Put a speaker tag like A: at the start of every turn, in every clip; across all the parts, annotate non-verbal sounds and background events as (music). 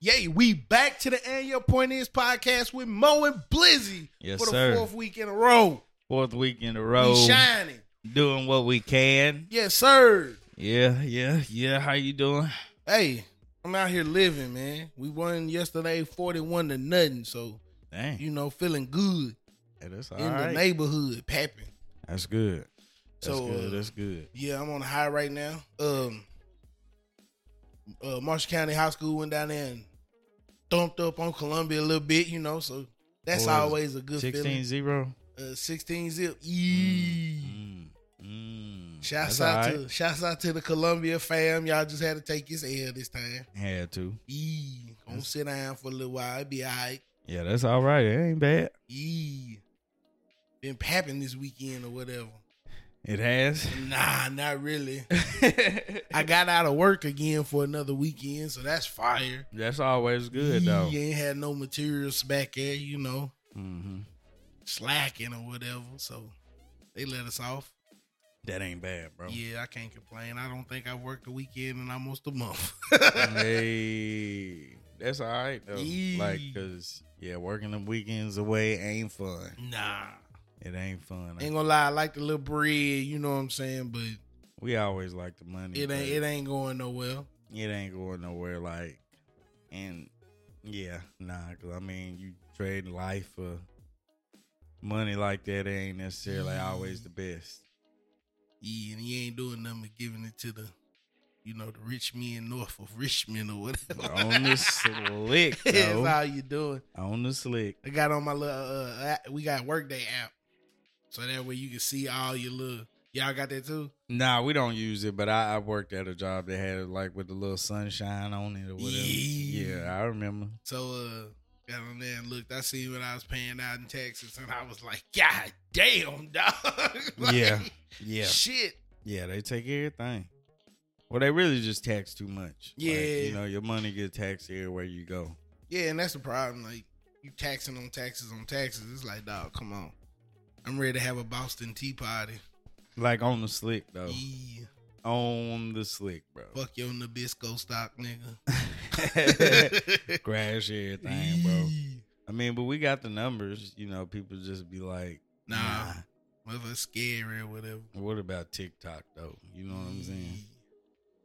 A: Yay, we back to the And Your Point Is podcast with Mo and Blizzy
B: Yes,
A: for the
B: sir.
A: fourth week in a row.
B: Fourth week in a
A: We
B: row,
A: shining.
B: doing what we can.
A: Yes, sir.
B: Yeah, yeah, yeah. How you doing?
A: Hey, I'm out here living, man. We won yesterday 41 to nothing, so,
B: Dang,
A: you know, feeling
B: (laughs)
A: good
B: Hey, that's all
A: in the
B: right.
A: neighborhood, papping.
B: That's good. That's
A: So,
B: good.
A: uh,
B: That's good.
A: Yeah, I'm on a high right now. Um, uh, Marshall County High School went down there and thumped up on Columbia a little bit, you know. So that's
B: Boys,
A: always a good
B: 16
A: feeling.
B: 0.
A: Uh, 16 zip. Yee.
B: Mm-hmm.
A: Shouts out to shouts out to the Columbia fam. Y'all just had to take his L this time.
B: Had to.
A: Yee. Gonna
B: That's-
A: sit down for a little while. It'd be all right.
B: Yeah, that's all right. It ain't bad.
A: Yee. Been papping this weekend or whatever.
B: It has.
A: Nah, not
B: (laughs)
A: really. I got out of work again for another weekend, so that's fire.
B: that's always good,
A: Yee,
B: though.
A: You ain't had no materials back there, you know,
B: Mm-hmm.
A: slacking or whatever. So they let us off.
B: That ain't bad, bro.
A: Yeah, I can't complain. I don't think I worked a weekend in almost a
B: (laughs)
A: month.
B: hey, that's all right, though.
A: Yeah.
B: Like, because, yeah, working them weekends away ain't fun.
A: nah.
B: It ain't fun.
A: Ain't gonna lie, I like the little bread, you know what I'm saying? But
B: we always like the money.
A: it
B: but
A: ain't it ain't going nowhere.
B: it ain't going nowhere. Like, and yeah, nah. Cause I mean, you trade life for money like that. It ain't necessarily always the best.
A: Yeah, and you ain't doing nothing but giving it to the you know, the rich men north of Richmond or
B: But
A: whatever. (laughs)
B: on the slick,
A: That's
B: though.
A: how you doing.
B: on the slick.
A: I got on my little uh, app- we got workday app. So that way you can see all your little y'all got that too?
B: Nah, we don't use it. But I, I worked at a job that had like with the little sunshine on it or whatever.
A: Yeah.
B: yeah I remember.
A: So uh got on there and looked, I seen what I was paying out in taxes and I was like, God damn dog. (laughs) Like,
B: Yeah, Yeah,
A: Shit.
B: Yeah, they take everything. Well, they really just tax too much. Like,
A: Yeah.
B: you know, your money get taxed everywhere you go.
A: Yeah, and that's the problem. Like you taxing on taxes on taxes. It's like, dog, come on. I'm ready to have a Boston Tea Party.
B: Like on the slick though.
A: Yeah,
B: On the slick, bro.
A: fuck your Nabisco stock,
B: (laughs)
A: nigga.
B: Crash everything, bro.
A: Yeah.
B: I mean, but we got the numbers. You know, people just be like,
A: Nah, motherfucker scary or whatever.
B: What about TikTok though? You know what I'm saying?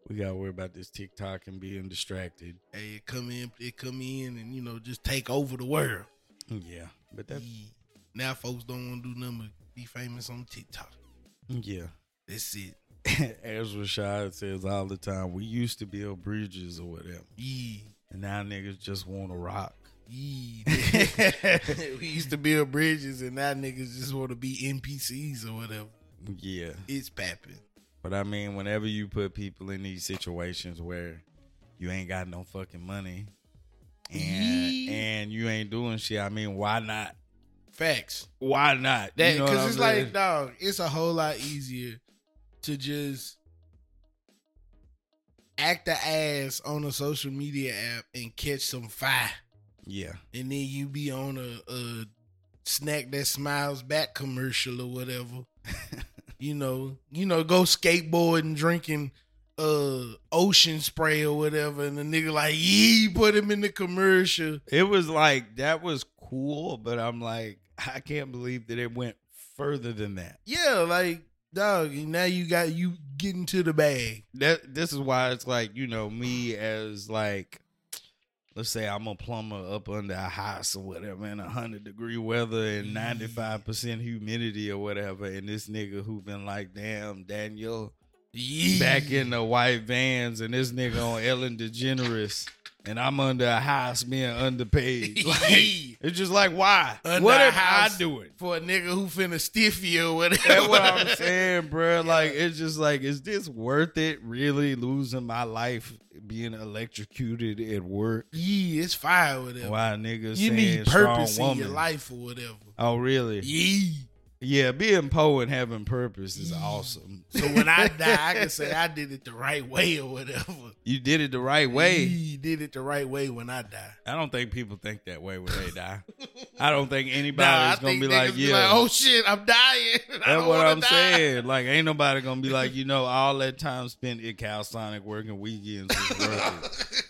B: We gotta worry about this TikTok and being distracted.
A: Hey, it come in, it come in, and you know just take over the world.
B: Yeah, but that
A: Yeah. Now folks don't want to do nothing but be famous on TikTok.
B: yeah. (laughs)
A: That's it.
B: As Rashad says all the time, we used to build bridges or whatever.
A: Yeah,
B: And now niggas just want to rock.
A: yeah. (laughs) we used to build bridges, and now niggas just want to be NPCs or whatever.
B: yeah.
A: It's papping.
B: But I mean, whenever you put people in these situations where you ain't got no fucking money and
A: Yeah.
B: and you ain't doing shit, I mean, why not?
A: Facts.
B: Why not?
A: That
B: You know
A: because
B: what
A: it's
B: I'm saying?
A: like, dog, it's a whole lot easier to just act the ass on a social media app and catch some fire,
B: yeah,
A: and then you be on a, a snack that smiles back commercial or
B: (laughs)
A: whatever. you know, you know, go skateboarding, drinking uh ocean spray or whatever, and the nigga like, yee, put him in the commercial.
B: it was like that was cool, but I'm like, I can't believe that it went further than that.
A: Yeah, like dog. Now you got you getting to the bag.
B: That this is why it's like you know me as like. Let's say I'm a plumber up under a house or whatever in 100 degree weather
A: Mm-hmm.
B: and 95% humidity or whatever. And this nigga who been like, damn, Daniel,
A: Yeah.
B: back in the white vans and this nigga on Ellen DeGeneres and I'm under a house being underpaid. (laughs) Like, it's just like, why?
A: Under
B: what
A: a
B: if
A: house.
B: I do it?
A: for a nigga who finna stiff you or whatever.
B: That's
A: (laughs)
B: what I'm saying, bro. Like, it's just like, is this worth it? Really losing my life being electrocuted at work?
A: Yeah, it's fire with them.
B: Why niggas
A: you
B: saying
A: need purpose
B: strong
A: in
B: woman?
A: your life or whatever.
B: Oh, really?
A: Yeah.
B: Yeah, being poor and having purpose is awesome.
A: So when I die, I can say I did it the right way or whatever.
B: You did it the right way.
A: He did it the right way when I die.
B: I don't think people think that way when they die. I don't think
A: (laughs) Nah, I
B: anybody's gonna
A: think
B: be
A: niggas
B: like,
A: be
B: yeah.
A: like, oh shit, I'm dying. (laughs) I
B: That's
A: don't
B: what
A: wanna
B: I'm
A: die. (laughs)
B: saying. Like, ain't nobody gonna be like, you know, all that time spent at Cal Sonic working weekends was worth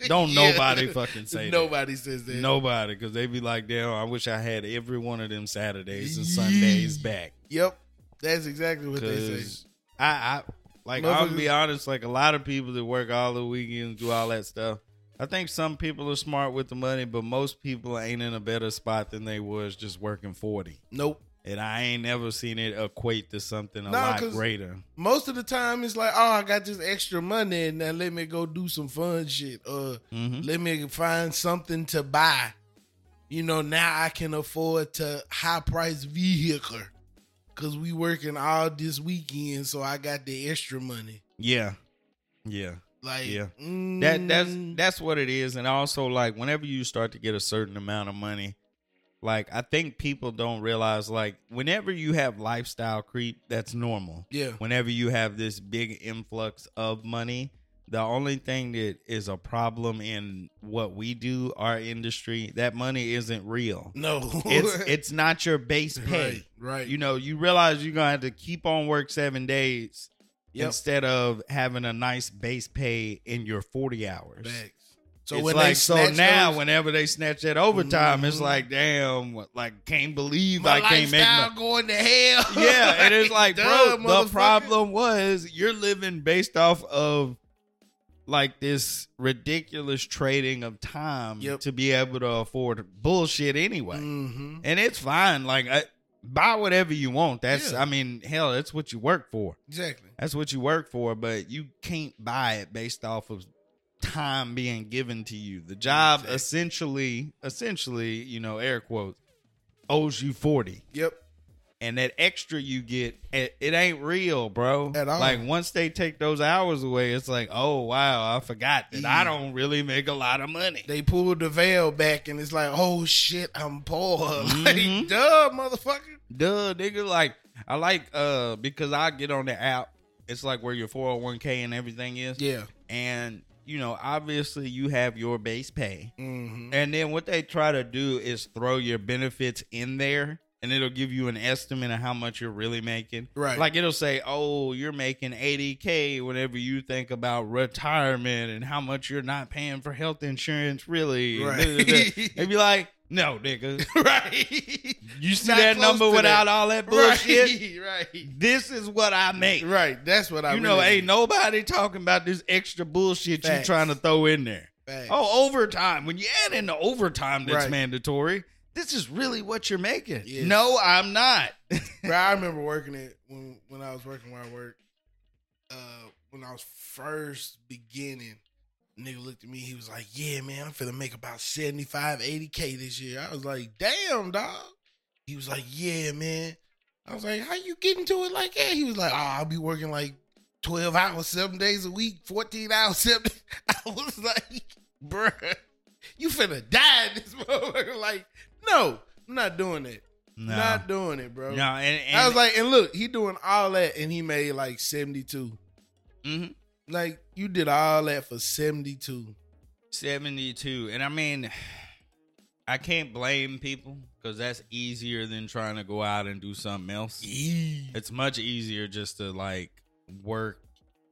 A: (laughs)
B: it. Don't
A: Yeah.
B: nobody fucking say that.
A: Nobody says that.
B: Nobody, because they be like, damn, I wish I had every one of them Saturdays and Sundays
A: Yee.
B: back.
A: Yep. That's exactly what they say.
B: Because I, I, like, I'll
A: Motherfuckers-
B: be honest, like, a lot of people that work all the weekends do all that stuff. I think some people are smart with the money, but most people ain't in a better spot than they was just working 40.
A: Nope.
B: And I ain't never seen it equate to something a
A: Nah,
B: lot
A: 'cause-
B: greater.
A: Most of the time, it's like, oh, I got this extra money, and now let me go do some fun shit, Uh, or
B: Mhm.
A: let me find something to buy. You know, now I can afford to high price vehicle because we working all this weekend, so I got the extra money.
B: Yeah. Yeah.
A: Like
B: Yeah.
A: mm,
B: That that's that's what it is. And also like whenever you start to get a certain amount of money, like I think people don't realize like whenever you have lifestyle creep, that's normal.
A: yeah,
B: Whenever you have this big influx of money, the only thing that is a problem in what we do, our industry, that money
A: (laughs)
B: isn't real.
A: no,
B: It's
A: (laughs)
B: it's not your base pay.
A: right, right.
B: You know, you realize you're gonna have to keep on work seven days
A: Yep.
B: instead of having a nice base pay in your forty hours.
A: Facts.
B: So it's like so
A: snatch
B: now,
A: those-
B: whenever they snatch that overtime, it's
A: Mhm.
B: like damn, what- like can't believe
A: my
B: I can't make.
A: lifestyle
B: My-
A: going to hell.
B: (laughs) yeah,
A: (laughs)
B: and it's like,
A: duh,
B: bro, the
A: motherfucker.
B: problem was you're living based off of like this ridiculous trading of time
A: Yep.
B: to be able to afford bullshit anyway
A: Mhm.
B: and it's fine. Like, I, buy whatever you want. That's,
A: Yeah.
B: I mean, hell, that's what you work for.
A: Exactly.
B: That's what you work for. But you can't buy it based off of time being given to you. The job
A: Exactly.
B: essentially, essentially, you know, air quotes, owes you forty,
A: Yep.
B: and that extra you get, it, it ain't real, bro.
A: At all.
B: Like once they take those hours away, it's like, oh wow, I forgot that I
A: Yeah.
B: don't really make a lot of money.
A: They pulled the veil back and it's like, oh shit, I'm poor. (laughs)
B: Mhm.
A: Like, duh, motherfucker.
B: Duh, nigga. Like I like uh because I get on the app. It's like where your 401k and everything is.
A: Yeah.
B: And you know, obviously you have your base pay. (laughs)
A: Mm-hmm.
B: And then what they try to do is throw your benefits in there and it'll give you an estimate of how much you're really making.
A: Right.
B: Like it'll say, "Oh, you're making 80k whenever you think about retirement and how much you're not paying for health insurance really." and
A: Right.
B: da-da-da. (laughs) They'd be like, "No, nigga.
A: (laughs) right.
B: You see
A: Not
B: that
A: close
B: number
A: to
B: without
A: that.
B: all that bullshit?"
A: Right. Right.
B: this is what I make.
A: Right. That's what I
B: You know,
A: really
B: ain't nobody talking about this extra bullshit you
A: Facts.
B: trying to throw in there.
A: Facts.
B: Oh, overtime. When you add in the overtime that's
A: Right.
B: mandatory, this is really what you're making.
A: Yes.
B: No, I'm not.
A: Bro, I remember working it when when I was working where I worked. Uh, when I was first beginning, nigga looked at me. He was like, "Yeah, man, I'm finna make about 75, 80 k this year." I was like, "Damn, dog." He was like, "Yeah, man." I was like, "How you getting to it like that?" He was like, "Oh, I'll be working like twelve hours, seven days a week, fourteen hours, (laughs) seven. I was like, "Bruh, you finna die in this (laughs) motherfucker." Like, no, I'm not doing that.
B: No,
A: Not doing it, bro.
B: no. And, and
A: I was like, and look, he doing all that, and he made like seventy two.
B: mhm,
A: Like you did all that for seventy two.
B: 72. And I mean, (sighs) I can't blame people because that's easier than trying to go out and do something else. It's much easier just to like work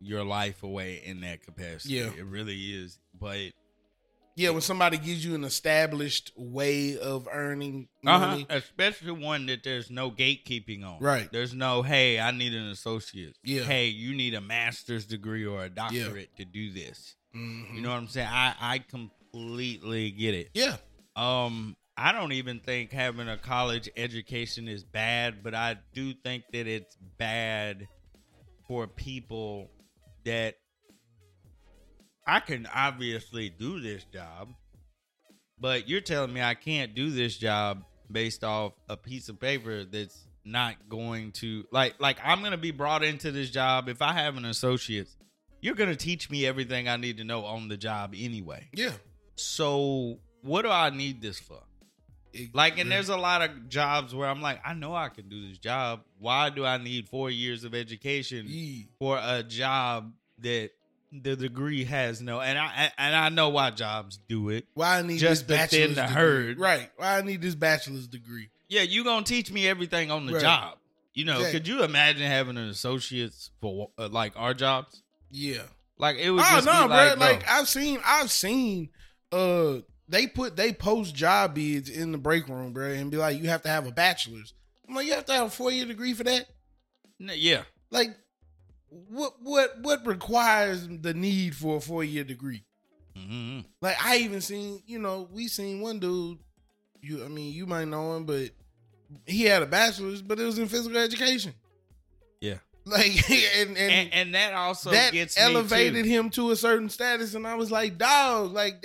B: your life away in that capacity.
A: Yeah.
B: It really is. But
A: Yeah, when somebody gives you an established way of earning
B: uh-huh.
A: money,
B: especially one that there's no gatekeeping on.
A: Right.
B: There's no, hey, I need an associate.
A: Yeah.
B: Hey, you need a master's degree or a doctorate to do this.
A: Mhm.
B: You know what I'm saying? I, I completely get it.
A: yeah,
B: Um, I don't even think having a college education is bad, but I do think that it's bad for people that I can obviously do this job, but you're telling me I can't do this job based off a piece of paper that's not going to like like I'm going to be brought into this job if I have an associate's. You're going to teach me everything I need to know on the job anyway.
A: yeah.
B: So what do I need this for? Like,
A: Mm-hmm.
B: and there's a lot of jobs where I'm like, I know I can do this job. Why do I need four years of education
A: Yeah.
B: for a job that the degree has no? And I and I know why jobs do it.
A: Why I need
B: Just
A: this
B: to
A: bachelor's
B: thin the
A: degree.
B: herd.
A: Right. Why I need this bachelor's degree.
B: Yeah, you gonna teach me everything on the
A: Right.
B: job. You know,
A: Exactly.
B: could you imagine having an associates for uh, like our jobs?
A: Yeah.
B: Like it would
A: Oh
B: just
A: no,
B: be like,
A: bro. Like I've seen I've seen uh they put they post job bids in the break room, bro, and be like, you have to have a bachelor's. I'm like, you have to have a four year degree for that?
B: no, yeah,
A: Like what what what requires the need for a four year degree?
B: hmm
A: Like I even seen, you know, we seen one dude. You, I mean, you might know him, but he had a bachelor's, but it was in physical education.
B: Yeah.
A: Like, (laughs) and and,
B: and, and that also
A: that
B: gets
A: elevated
B: Me
A: him to a certain status, and I was like, dog, like,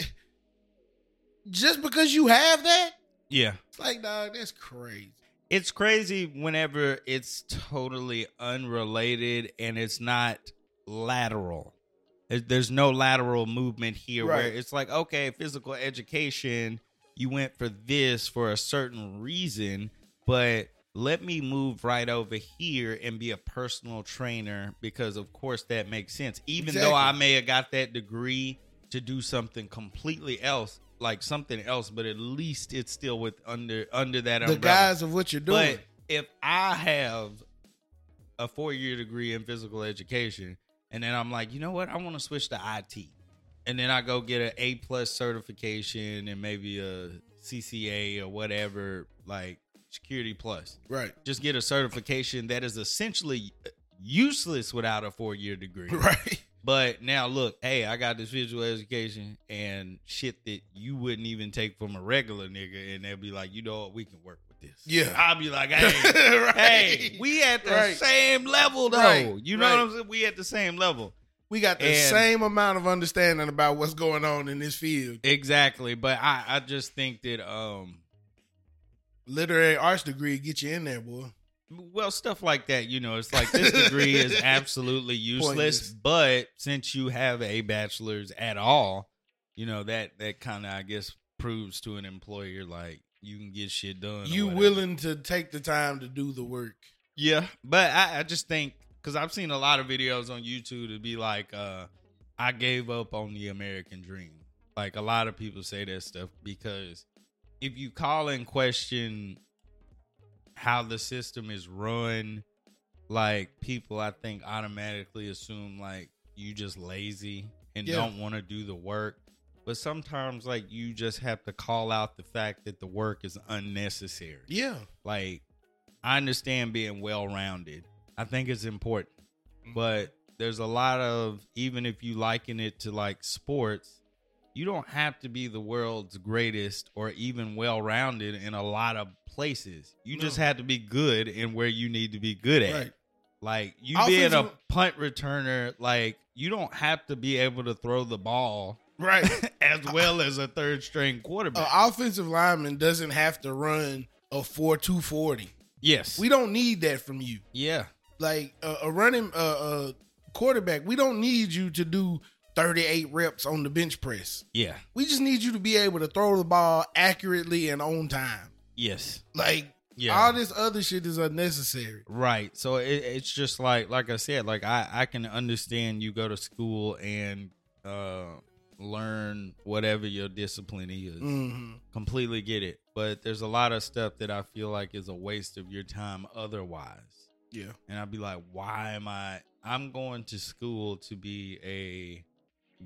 A: just because you have that,
B: too. Yeah,
A: it's like, dog, that's crazy.
B: it's crazy whenever it's totally unrelated and it's not lateral. There- There's no lateral movement here where
A: Right.
B: it's like, okay, physical education, you went for this for a certain reason, but let me move right over here and be a personal trainer because, of course, that makes sense. Even though
A: Exactly.
B: I may have got that degree to do something completely else, like something else, but at least it's still with under under that
A: the
B: umbrella.
A: guise of what you're doing,
B: But if I have a four year degree in physical education, and then I'm like, you know what, I want to switch to IT, and then I go get an A plus certification and maybe a CCA or whatever, like Security Plus.
A: right, (laughs)
B: Just get a certification that is essentially uh, useless without a four year
A: (laughs)
B: degree.
A: right,
B: But now look, hey, I got this visual education and shit that you wouldn't even take from a regular nigga, and they'll be like, you know what, we can work with this.
A: Yeah.
B: I'll
A: (laughs)
B: be like, hey,
A: right.
B: hey, we at the
A: Right.
B: same level though.
A: Right.
B: You know
A: Right.
B: what I'm saying? We at the same level.
A: we got the
B: and-
A: same amount of understanding about what's going on in this field.
B: Exactly. But I, I just think that um
A: literary arts degree get you in there, boy.
B: well, stuff like that, you know, it's like this degree is
A: (laughs)
B: absolutely useless,
A: Pointless.
B: but since you have a bachelor's at all, you know, that that kind of I guess proves to an employer like you can get shit done. or
A: You
B: whatever.
A: willing to take the time to do the work.
B: Yeah, but I, I just think because I've seen a lot of videos on YouTube to be like, uh, I gave up on the American dream. Like a lot of people say that stuff because if you call and question how the system is run, like people I think automatically assume like you just lazy and
A: Yeah.
B: don't want to do the work. But sometimes like you just have to call out the fact that the work is unnecessary
A: Yeah.
B: like I understand being well rounded. I think it's important.
A: Mm-hmm.
B: But there's a lot of even if you liken it to like sports, you don't have to be the world's greatest or even well rounded in a lot of places. You just
A: No.
B: have to be good in where you need to be good at.
A: Right.
B: Like you being a
A: Offensive-
B: punt returner, like you don't have to be able to throw the ball (laughs)
A: Right.
B: as well as a third string
A: An
B: quarterback.
A: offensive lineman doesn't have to run a 4 240.
B: yes.
A: We don't need that from you.
B: yeah.
A: Like a, a running uh, a quarterback, we don't need you to do 38 reps on the bench press.
B: Yeah.
A: We just need you to be able to throw the ball accurately and on time.
B: Yes.
A: Like
B: Yeah.
A: all this other shit is unnecessary.
B: Right. So it, it's just like like I said, like I I can understand you go to school and uh learn whatever your discipline is.
A: hmm
B: Completely get it. But there's a lot of stuff that I feel like is a waste of your time otherwise.
A: Yeah.
B: And I'd be like, "Why am I I'm going to school to be a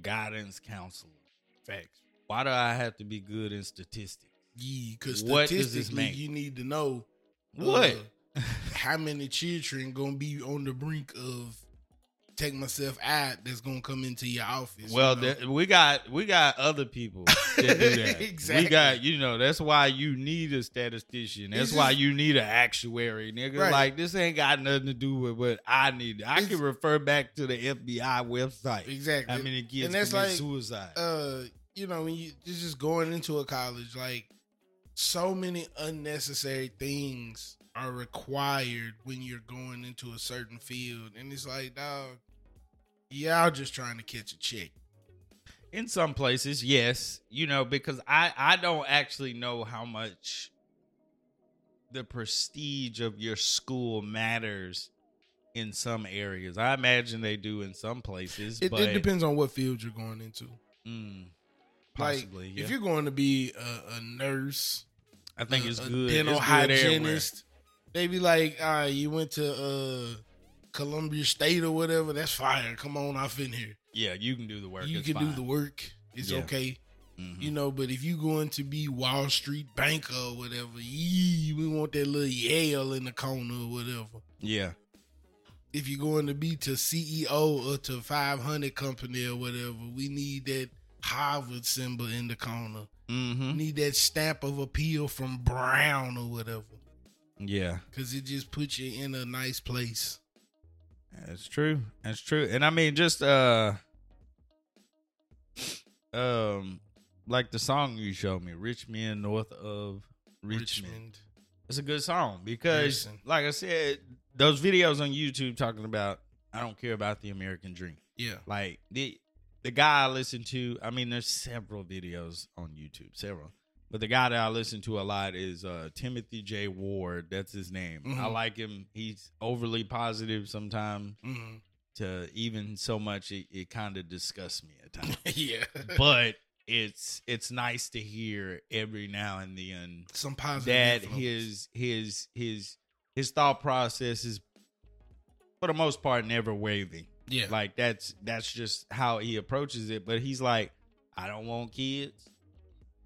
B: guidance counselor.
A: Facts.
B: Why do I have to be good in statistics?"
A: Yeah, because
B: What does this
A: statistically,
B: mean?
A: you need to know
B: What?
A: uh, (laughs) how many children gonna be on the brink of take myself out? That's gonna come into your office. you
B: Well,
A: know?
B: th- we got we got other people
A: (laughs)
B: that do that.
A: Exactly.
B: We got you know that's why you need a statistician. That's
A: It's
B: why
A: just-
B: you need an actuary, nigga.
A: Right.
B: Like this ain't got nothing to do with what I need. I
A: It's-
B: can refer back to the FBI website.
A: exactly.
B: How many kids
A: And that's
B: commit
A: like,
B: suicide?
A: uh, you know, when you it's just going into a college, like so many unnecessary things are required when you're going into a certain field, and it's like, dog, y'all just trying to catch a check.
B: In some places, yes, you know because I I don't actually know how much the prestige of your school matters in some areas. I imagine they do in some places,
A: It,
B: but
A: it depends on what field you're going into.
B: Mm,
A: Like,
B: possibly. yeah.
A: If you're going to be a, a nurse,
B: I think
A: a-
B: it's
A: a
B: good.
A: dental
B: it's good everywhere.
A: hygienist, they be like, "All right, you went to uh, Columbia State or whatever. That's fire. Come on, I've been here.
B: Yeah, you can do the work.
A: you
B: it's
A: can do
B: fine.
A: the work. It's
B: Yeah.
A: okay."
B: Mhm.
A: You know, but if you going to be Wall Street banker or whatever, yee, we want that little Yale in the corner or whatever.
B: Yeah,
A: If you're going to be to CEO or to 500 company or whatever, we need that Harvard symbol in the corner.
B: mm-hmm.
A: Need that stamp of appeal from Brown or whatever,
B: yeah.
A: because it just puts you in a nice place.
B: That's true. That's true. And I mean, just uh, um, like the song you showed me, "Rich Men North of Richmond." It's a good song because,
A: Listen.
B: like I said, those videos on YouTube talking about I don't care about the American dream.
A: Yeah.
B: Like the the guy I listen to, I mean, there's several videos on YouTube, several. But the guy that I listen to a lot is uh, Timothy J. Ward. That's his name.
A: Mhm.
B: I like him. He's overly positive sometimes.
A: Mhm.
B: To even so much, it, it kind of disgusts me at
A: (laughs)
B: times.
A: yeah.
B: but it's it's nice to hear every now and then
A: Some positive.
B: that
A: influence.
B: his his his his thought process is for the most part never wavering.
A: Yeah.
B: Like that's that's just how he approaches it. But he's like, I don't want kids,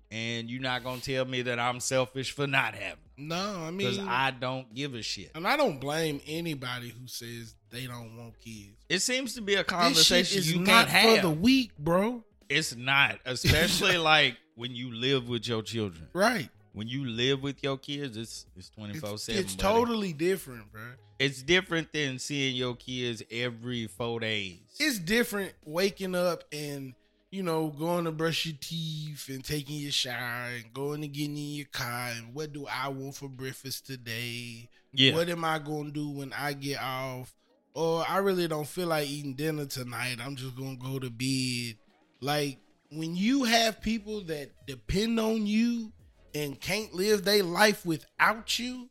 B: and you're not gonna tell me that I'm selfish for not having
A: no, I
B: because
A: mean,
B: I don't give a shit.
A: and I don't blame anybody who says they don't want kids.
B: It seems to be a
A: This shit
B: conversation
A: is
B: you
A: not
B: can't have.
A: for the weak, bro.
B: it's
A: (laughs)
B: not, especially like when you live with your children.
A: Right.
B: When you live with your kids, it's it's twenty
A: It's,
B: four seven.
A: it's totally different, bro.
B: It's different than seeing your kids every four days.
A: It's different waking up and you know going to brush your teeth and taking your shower and going and getting in your car and what do I want for breakfast today?
B: yeah,
A: What am I gonna do when I get off? Or I really don't feel like eating dinner tonight. I'm just gonna go to bed. Like when you have people that depend on you and can't live their life without you,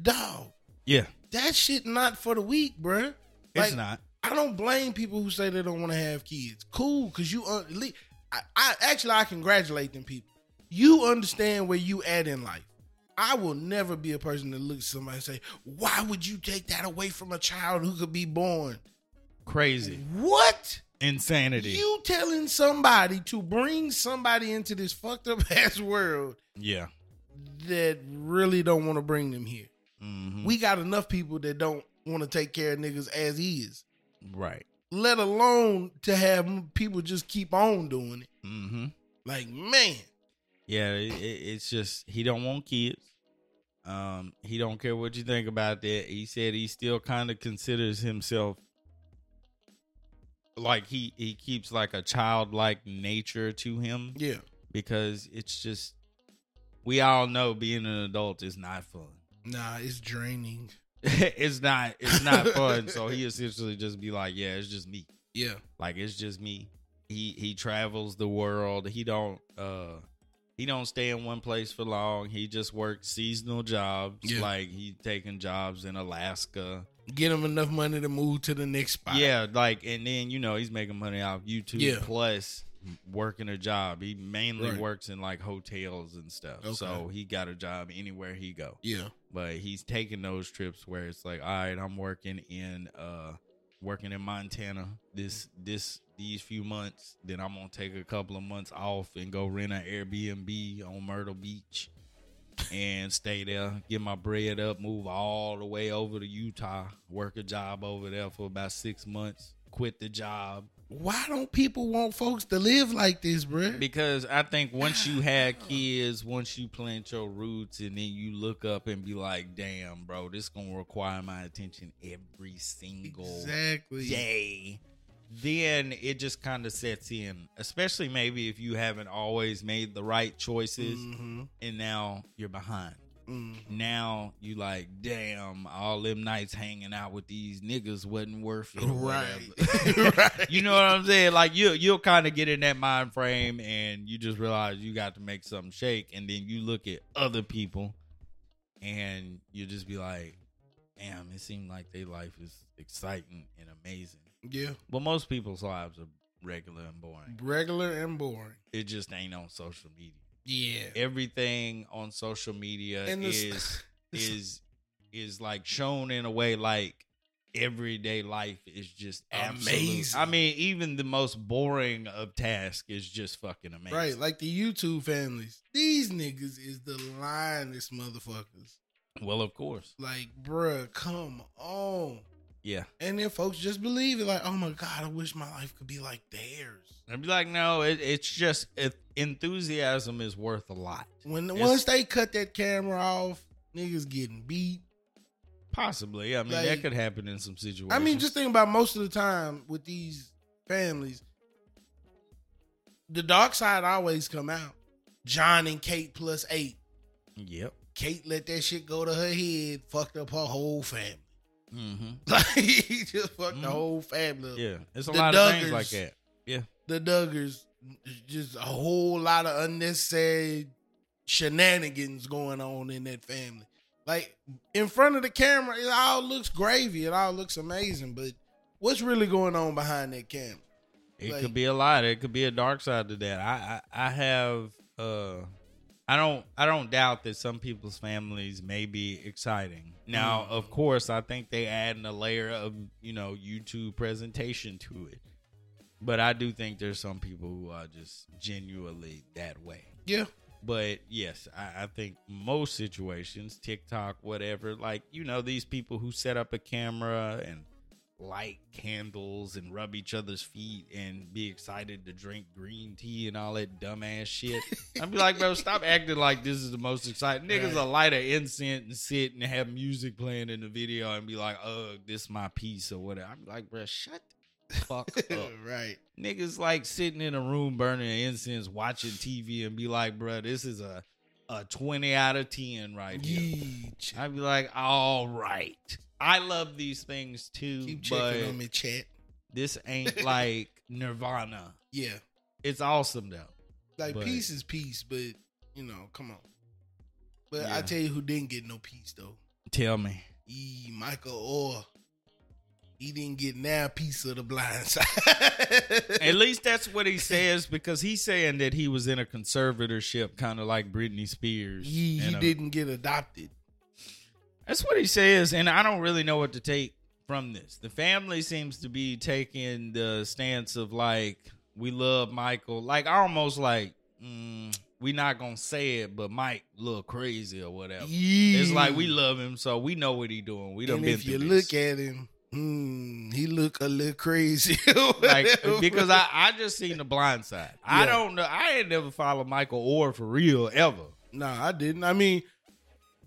A: dog,
B: yeah.
A: that shit not for the weak, bruh.
B: it's not.
A: I don't blame people who say they don't want to have kids. Cool, cause you un- le- I, I actually I congratulate them people. You understand where you at in life. I will never be a person that looks at somebody and say, "Why would you take that away from a child who could be born?"
B: Crazy
A: What?
B: insanity.
A: You telling somebody to bring somebody into this fucked up (laughs) ass world
B: yeah.
A: that really don't want to bring them here?
B: hmm
A: We got enough people that don't want to take care of niggas as is.
B: right.
A: let alone to have m- people just keep on doing it.
B: hmm
A: Like, man,
B: Yeah, it, it, it's just he don't want kids. Um, he don't care what you think about that. He said he still kind of considers himself like he he keeps like a childlike nature to him
A: yeah,
B: because it's just we all know being an adult is not fun. (laughs)
A: nah, it's draining.
B: it's not it's not fun. So he essentially just be like, yeah, it's just me.
A: Yeah,
B: like it's just me he he travels the world he don't uh he don't stay in one place for long he just works seasonal jobs
A: Yeah.
B: like he taking jobs in alaska
A: get them enough money to move to the next spot.
B: yeah like and then you know he's making money off youtube
A: Yeah.
B: plus working a job he mainly
A: Right.
B: works in like hotels and stuff so
A: Okay.
B: he got a job anywhere he go
A: yeah,
B: but he's taking those trips where it's like all right i'm working in uh working in montana this this these few months then i'm gonna take a couple of months off and go rent an airbnb on myrtle beach and stay there get my bread up move all the way over to utah work a job over there for about six months quit the job
A: Why don't people want folks to live like this, bruh?
B: because I think once you had kids, once you plant your roots, and then you look up and be like, "Damn, bro, this gonna require my attention every single
A: Exactly.
B: day." Then it just kind of sets in, especially maybe if you haven't always made the right choices,
A: hmm
B: and now you're behind.
A: Mm-hmm.
B: Now you like, "Damn, all them nights hanging out with these niggas wasn't worth it." or whatever.
A: Mm-hmm.
B: (laughs)
A: (laughs) Right. right.
B: You know what I'm saying? Like you you'll kind of get in that mind frame and you just realize you got to make something shake and then you look at other people and you just be like, damn, it seemed like their life is exciting and amazing.
A: Yeah.
B: But most people's lives are regular and boring.
A: Regular and boring.
B: It just ain't on social media.
A: Yeah.
B: Everything on social media
A: And this- (laughs)
B: is
A: this-
B: is is like shown in a way like everyday life is just absolute-
A: Amazing.
B: I mean, even the most boring of tasks is just fucking amazing.
A: Right, like the YouTube families. These niggas is the linest motherfuckers.
B: well, of course.
A: Like, bruh, come on.
B: Yeah.
A: And then folks just believe it, like, oh my God, I wish my life could be like theirs.
B: I'd be like, no, it, it's just it, enthusiasm is worth a lot.
A: When
B: It's-
A: once they cut that camera off, niggas getting beat.
B: Possibly. I mean,
A: Like-
B: that could happen in some situations.
A: I mean, just think about most of the time with these families, the dark side always come out. John and Kate plus eight.
B: Yep.
A: Kate let that shit go to her head, fucked up her whole family. (laughs)
B: Mm-hmm.
A: Like he just fucked
B: Mhm.
A: the whole family. up.
B: Yeah. It's a
A: The
B: lot of things
A: Duggars.
B: like that.
A: The Duggars, just a whole lot of unnecessary shenanigans going on in that family. Like in front of the camera, it all looks gravy. It all looks amazing. But what's really going on behind that camera?
B: It
A: Like-
B: could be a lot. It could be a dark side to that. I, I I have uh I don't I don't doubt that some people's families may be exciting. Now,
A: Mm.
B: of course, I think they add a layer of, you know, YouTube presentation to it. But I do think there's some people who are just genuinely that way.
A: Yeah.
B: But yes, I, I think most situations, TikTok, whatever, like, you know, these people who set up a camera and light candles and rub each other's feet and be excited to drink green tea and all that dumbass shit. I'd be like, bro, stop acting like this is the most exciting. Niggas
A: Right.
B: will light an incense and sit and have music playing in the video and be like, ugh, this my piece or whatever. I'm like, bro, shut the
A: (laughs)
B: fuck up.
A: right.
B: Niggas like sitting in a room burning incense, watching TV, and be like, bruh, this is a a twenty out of ten right here."
A: Yeesh.
B: I'd be like, all right, I love these things too,
A: Keep
B: but
A: checking on me, chat.
B: this
A: (laughs)
B: ain't like Nirvana.
A: Yeah.
B: It's awesome though.
A: Like
B: But-
A: peace is peace, but you know, come on. But I
B: Yeah.
A: tell you who didn't get no peace though.
B: Tell me,
A: E Michael Orr. He didn't get now piece of the blind
B: (laughs)
A: side.
B: at least that's what he says because he's saying that he was in a conservatorship, kind of like Britney
A: (laughs)
B: Spears.
A: he he
B: and uh, a-
A: didn't get adopted.
B: That's what he says, and I don't really know what to take from this. The family seems to be taking the stance of like, we love Michael, like almost like mm, we not gonna say it, but Mike look crazy or whatever. It's like we love him, so we know what he doing. We don't
A: And
B: been
A: if you
B: through
A: look
B: this.
A: at him, hmm, he look a little crazy. (laughs)
B: like because I, I just seen the blind side. I
A: Yeah.
B: don't know. I ain't never followed Michael Orr for real ever.
A: Nah, I didn't. I mean,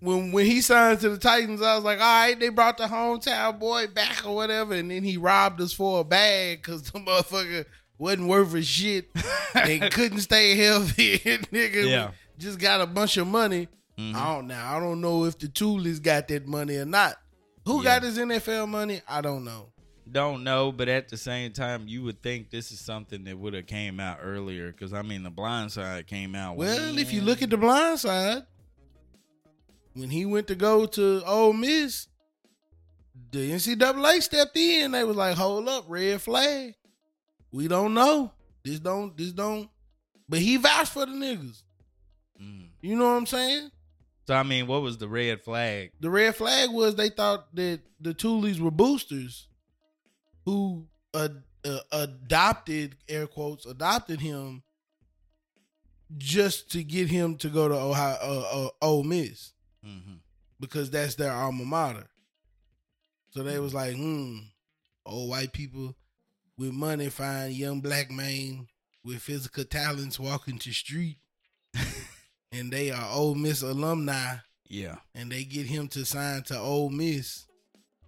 A: when when he signed to the Titans, I was like, all right, they brought the hometown boy back or whatever, and then he robbed us for a bag because the (laughs) motherfucker wasn't worth a shit
B: (laughs)
A: and couldn't stay healthy. (laughs) Nigga,
B: Yeah. Mm-hmm.
A: just got a bunch of money. I don't know. I don't know if the Toolies got that money or not. Who
B: Yeah.
A: got his NFL money? I don't know.
B: don't know, but at the same time, you would think this is something that would have came out earlier. Because I mean, The Blind Side came out.
A: Well,
B: when- Mm.
A: if you look at the blind side, when he went to go to Ole Miss, the NCAA stepped in. They was like, "Hold up, red flag. We don't know. This don't. This don't." But he vouched for the niggas.
B: Mm.
A: You know what I'm saying?
B: so I mean, what was the red flag?
A: The red flag was they thought that the Toolies were boosters who uh, uh, adopted air quotes adopted him just to get him to go to Ohio uh, uh, Ole Miss
B: Mhm.
A: because that's their alma mater. So they was like, hmm, old white people with money find young black man with physical talents walking to street, and they are Ole Miss alumni
B: Yeah,
A: and they get him to sign to Ole Miss.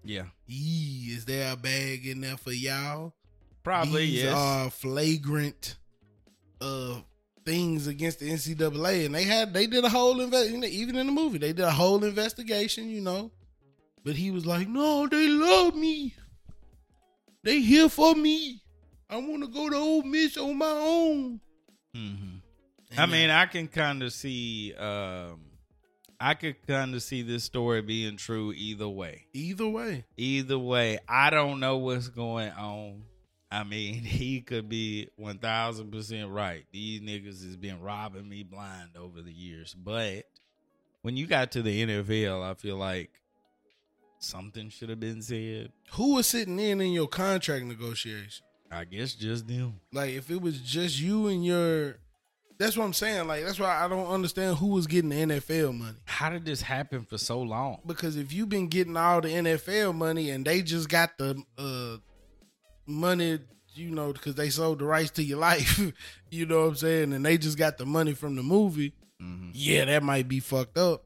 B: yeah,
A: Yee, is there a bag in there for y'all?
B: probably
A: These
B: yes.
A: are flagrant uh things against the NCAA, and they had they did a whole invest even in the movie they did a whole investigation, you know. But he was like, "No, they love me. They here for me. I want to go to Ole Miss on my own."
B: Mhm.
A: And
B: I mean, I can kind of see. Um, I could kind of see this story being true either way.
A: Either way,
B: Either way, I don't know what's going on. I mean, (laughs) he could be 1000% right. These niggas has been robbing me blind over the years. But when you got to the NFL, I feel like something should have been said.
A: who was sitting in in your contract negotiation?
B: I guess just them.
A: Like if it was just you and your, that's what I'm saying. Like that's why I don't understand who was getting the NFL money.
B: How did this happen for so long?
A: because if you've been getting all the NFL money and they just got the uh, money, you know, because they sold the rights to your (laughs) life, you know what I'm saying, and they just got the money from the movie, yeah, that might be fucked up.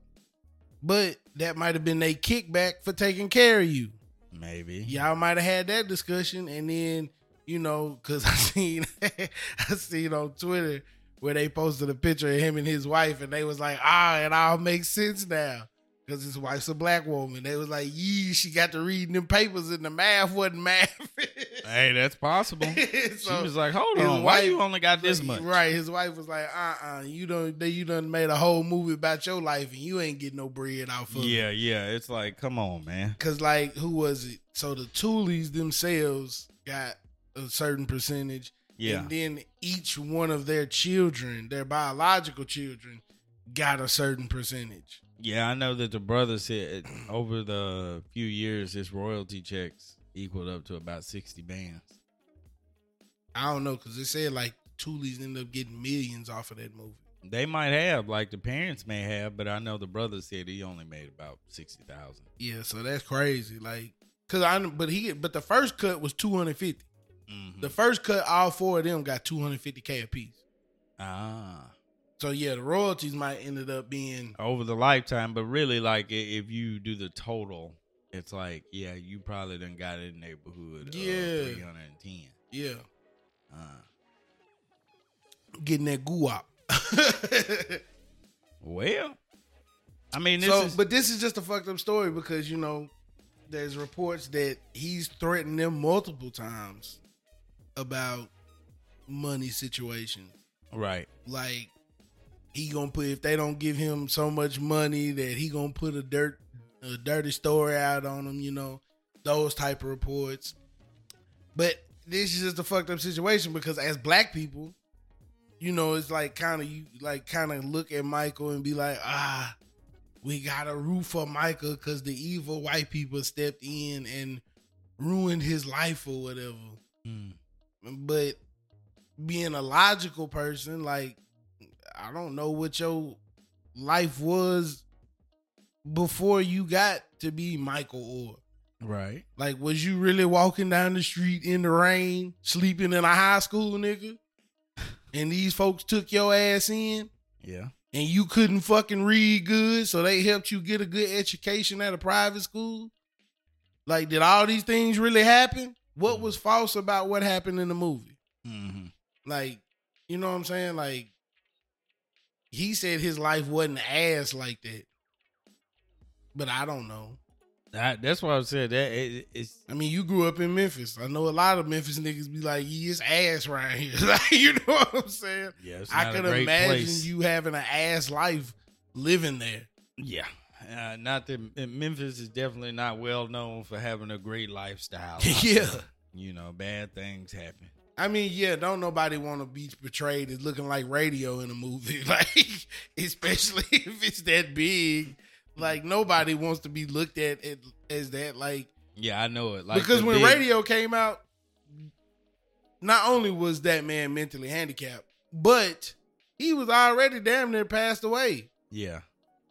A: But that might have been a kickback for taking care of you.
B: Maybe.
A: Y'all might have had that discussion, and then you know, because (laughs) I seen I seen on Twitter where they posted a picture of him and his wife, and they was like, ah, it all makes sense now. Cause his wife's a black woman. They was like, "Yee, she got to reading them papers, and the math wasn't math." (laughs)
B: Hey, that's possible.
A: So-
B: she was like, "Hold
A: his
B: on, why
A: wife-
B: you only got this much?"
A: right? His wife was like, "Uh, uh you done, they, you done made a whole movie about your life, and you ain't getting no bread off of it."
B: Yeah, yeah. It's like, come on, man.
A: Cause like who was it? So the Toolies themselves got a certain percentage.
B: Yeah.
A: And then each one of their children, their biological children, got a certain percentage.
B: Yeah, I know that the brother said over the few years his royalty checks equaled up to about sixty bands.
A: I don't know, cause it said like Toolies ended up getting millions off of that movie.
B: They might have, like the parents may have, but I know the brother said he only made about sixty thousand.
A: Yeah, so that's crazy. Like, cause I but he but the first cut was two hundred fifty. The first cut, all four of them got two hundred fifty k a piece.
B: Ah,
A: So yeah, the royalties might ended up being
B: over the lifetime, but really, like i- if you do the total, it's like, yeah, you probably done got in the neighborhood.
A: Yeah.
B: three hundred and ten.
A: yeah
B: Uh,
A: getting that goo (laughs) up.
B: well, I mean, this
A: so,
B: is
A: but this is just a fucked up story because you know there's reports that he's threatened them multiple times about money situations.
B: right.
A: Like he gonna put if they don't give him so much money that he gonna put a dirt a dirty story out on them. You know those type of reports. But this is just a fucked up situation because as black people, you know, it's like kind of you like kind of look at Michael and be like, ah, we gotta root for Michael because the evil white people stepped in and ruined his life or whatever.
B: Hmm.
A: But being a logical person, like I don't know what your life was before you got to be Michael Orr.
B: Right.
A: Like, was you really walking down the street in the rain, sleeping in a high school, nigga? And these folks took your ass in,
B: Yeah.
A: and you couldn't fucking read good, so they helped you get a good education at a private school. Like, did all these things really happen? What was false about what happened in the movie?
B: Mm-hmm.
A: Like, you know what I'm saying? Like, he said his life wasn't ass like that, but I don't know.
B: That, that's why I said that it, it's
A: I mean, you grew up in Memphis. I know a lot of Memphis niggas be like, yeah, it's ass right here. (laughs) like, you know what I'm saying?
B: yeah. It's
A: I
B: not a
A: could
B: great
A: imagine
B: place.
A: you having an ass life living there.
B: Yeah, uh, not that M- Memphis is definitely not well known for having a great (laughs) lifestyle.
A: Yeah.
B: you know, bad things happen.
A: I mean, yeah, don't nobody want to be portrayed as looking like radio in a movie. (laughs) Like, especially (laughs) if it's that big. Like, nobody wants to be looked at at- as that. Like,
B: Yeah, I know it. Like
A: because
B: the
A: when
B: big-
A: radio came out, not only was that man mentally handicapped, but he was already damn near passed away.
B: yeah,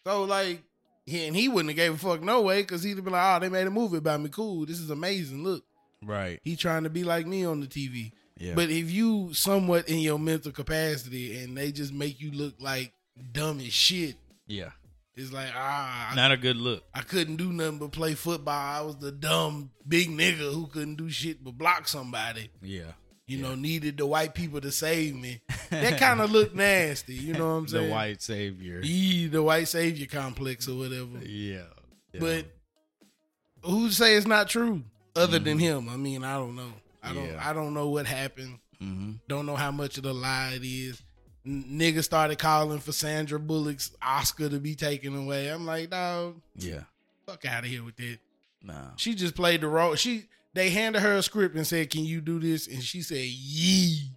A: So like, he, and he wouldn't have gave a fuck no way because he'd have been like, "Oh, they made a movie about me. Cool, this is amazing. Look,
B: right,
A: he trying to be like me on the TV."
B: yeah,
A: But if you somewhat in your mental capacity and they just make you look like dumb as shit,
B: yeah,
A: it's like ah, I
B: not a good look.
A: I couldn't do nothing but play football. I was the dumb big nigga who couldn't do shit but block somebody.
B: Yeah,
A: You know, needed the white people to save me.
B: (laughs)
A: That kind of looked nasty. You know what I'm saying?
B: the white savior.
A: Yee, the white savior complex or whatever.
B: Yeah, yeah.
A: But who say it's not true? Other than him, I mean, I don't know. I don't.
B: Mm-hmm. Yeah.
A: I don't know what happened.
B: Mhm.
A: Don't know how much of the lie it is. N- niggas started calling for Sandra Bullock's Oscar to be taken away. I'm like, dog,
B: Yeah.
A: fuck out of here with that.
B: Nah.
A: She just played the role. She they handed her a script and said, "Can you do this?" And she said, "Yee,"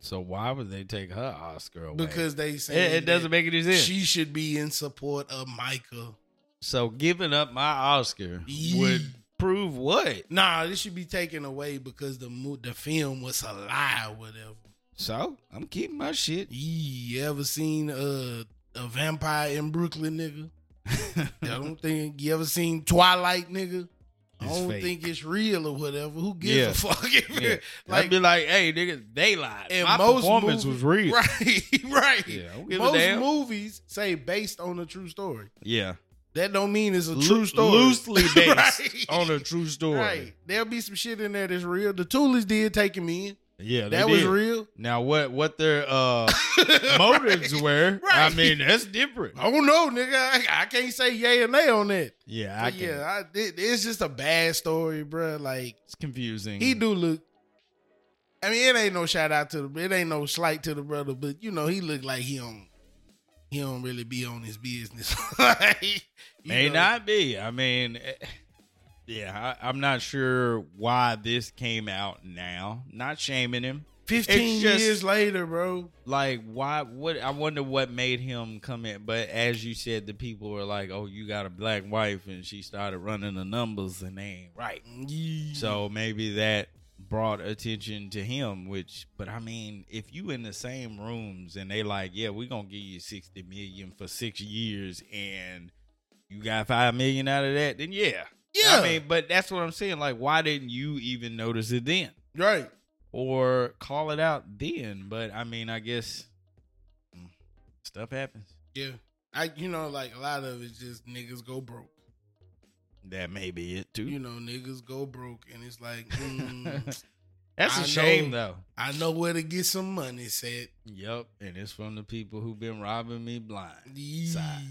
B: So why would they take her Oscar away?
A: because they
B: it,
A: said
B: it doesn't make any
A: that
B: sense.
A: she should be in support of Micah.
B: so giving up my Oscar
A: Yee.
B: would prove what?
A: Nah, this should be taken away because the mo- the film was a lie, or whatever.
B: So I'm keeping my
A: (laughs)
B: shit.
A: Yee, you ever seen a a vampire in Brooklyn, nigga? I
B: (laughs)
A: don't think you ever seen Twilight, nigga. I
B: It's
A: don't
B: fake.
A: think it's real or whatever. Who gives
B: Yeah.
A: a fuck? (laughs) if
B: Yeah.
A: it-
B: I'd
A: Like,
B: be like, hey, nigga, they lied.
A: And
B: my
A: most
B: performance
A: movies-
B: was real.
A: right, (laughs) right.
B: Yeah, I don't give a
A: Most
B: damn.
A: movies say based on a true story.
B: Yeah.
A: That don't mean it's a
B: Lo-
A: true story. (laughs)
B: Loosely based
A: Right.
B: on a true story.
A: Right. There'll be some shit in there that's real. The Toolies did take him in.
B: Yeah, they
A: That was
B: did. (laughs)
A: real.
B: Now what what their uh (laughs)
A: Motives.
B: motives were,
A: Right. Oh.
B: I mean, that's different.
A: I don't know, nigga. I, I can't say yay or nay on that.
B: Yeah, I
A: But
B: can.
A: yeah, I, it, it's just a bad story, bruh. Like
B: It's confusing.
A: he do look. I mean, it ain't no shout out to the. It ain't no slight to the brother, but you know he look like he don't. He don't really be on his business. (laughs) Like, you
B: May
A: know.
B: not be. I mean, eh, yeah, I, I'm not sure why this came out now. Not shaming him.
A: Fifteen
B: It's just-
A: years later, bro.
B: Like, why? What? I wonder what made him come in. But as you said, the people were like, "Oh, you got a black wife," and she started running the numbers, and they ain't right.
A: Mm-hmm.
B: So maybe that brought attention to him. Which, but I mean, if you in the same rooms and they like, "Yeah, we gonna give you sixty million for six years," and you got five million out of that, then yeah.
A: yeah,
B: I mean, but that's what I'm saying. Like, why didn't you even notice it then?
A: right.
B: Or call it out then? But I mean, I guess mm, stuff happens.
A: Yeah, I you know like a lot of it's just niggas go broke.
B: That may be it too.
A: You know niggas go broke, and it's like mm, (laughs)
B: That's a
A: I
B: shame
A: know-
B: though.
A: I know where to get some money. Said
B: Yep. And it's from the people who've been robbing me blind. Side.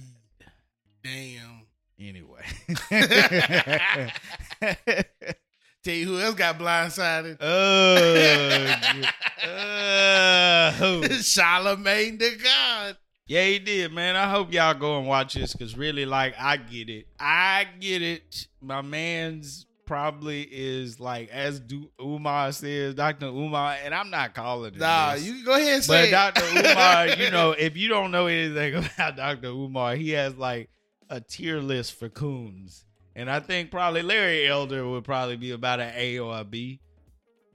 A: damn.
B: Anyway. (laughs)
A: (laughs) Tell you who else got blindsided. Oh,
B: (laughs) Ugh.
A: (laughs)
B: Ugh.
A: Charlemagne the God.
B: Yeah, he did, man. I hope y'all go and watch this because really, like, I get it. I get it. My man's probably is like, as do Umar says, Dr. Umar, and I'm not calling it.
A: Nah,
B: this.
A: you can go ahead and
B: But
A: say
B: Dr.
A: it.
B: Umar,
A: (laughs)
B: you know, if you don't know anything (laughs) about Dr. Umar, he has like a tier list for coons. And I think probably Larry Elder would probably be about an A or a B. (laughs)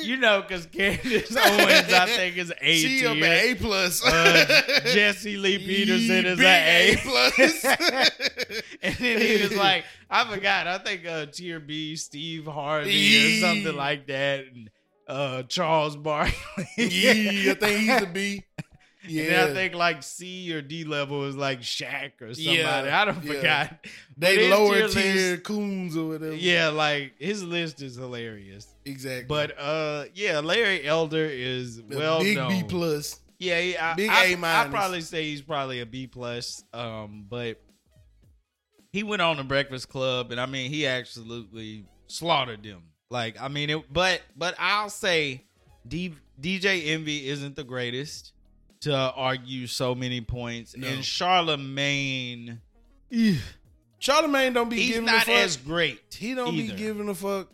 B: you know,
A: (laughs)
B: because Candace Owens, I think, is A
A: She up
B: tier.
A: at A plus.
B: Uh,
A: (laughs)
B: Jesse Lee Peterson is
A: Big
B: an A. (laughs)
A: plus.
B: and then he was like, I forgot. I think uh, tier B, Steve Harvey, or
A: Yee.
B: something like that. And, uh, Charles Barkley. (laughs)
A: yeah, I think he's a B. Yeah,
B: And then I think like C or D level is like Shaq or somebody.
A: Yeah,
B: I don't
A: yeah.
B: forgot. But
A: they
B: his
A: lower
B: tier
A: tier coons or whatever.
B: list- Yeah, like his list is hilarious.
A: exactly.
B: But uh, yeah, Larry Elder is
A: The
B: well
A: big
B: known.
A: B plus.
B: Yeah, he- I,
A: Big
B: I,
A: A
B: I
A: minus.
B: probably say he's probably a B plus. Um, but he went on the Breakfast Club, and I mean, he absolutely slaughtered them. Like, I mean, it. But but I'll say, D, DJ Envy isn't the greatest to argue so many points,
A: No.
B: and Charlemagne,
A: Charlemagne don't be
B: he's
A: giving a
B: not
A: fuck.
B: as great.
A: he don't
B: either.
A: be giving a fuck.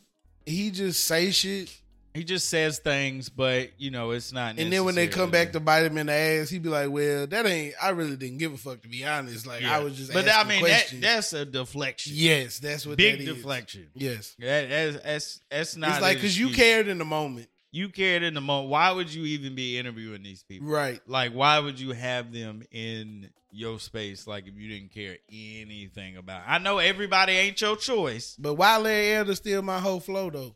A: He just say shit.
B: He just says things, but you know, it's not.
A: And then when they come
B: necessarily-
A: back to bite him in the ass, he be like, "Well, that ain't. I really didn't give a fuck to be honest. Like I was just.
B: but I
A: asking
B: mean, that,
A: questions.
B: that's a deflection.
A: yes, that's what
B: big
A: that is.
B: deflection.
A: Yes,
B: That, that's, that's that's not.
A: it's like
B: an
A: because you
B: excuse.
A: cared in the moment,
B: You cared in the moment. Why would you even be interviewing these people?
A: right?
B: Like, why would you have them in your space? Like, if you didn't care anything about. I know everybody ain't your choice.
A: But why Larry Elder steal my whole flow though?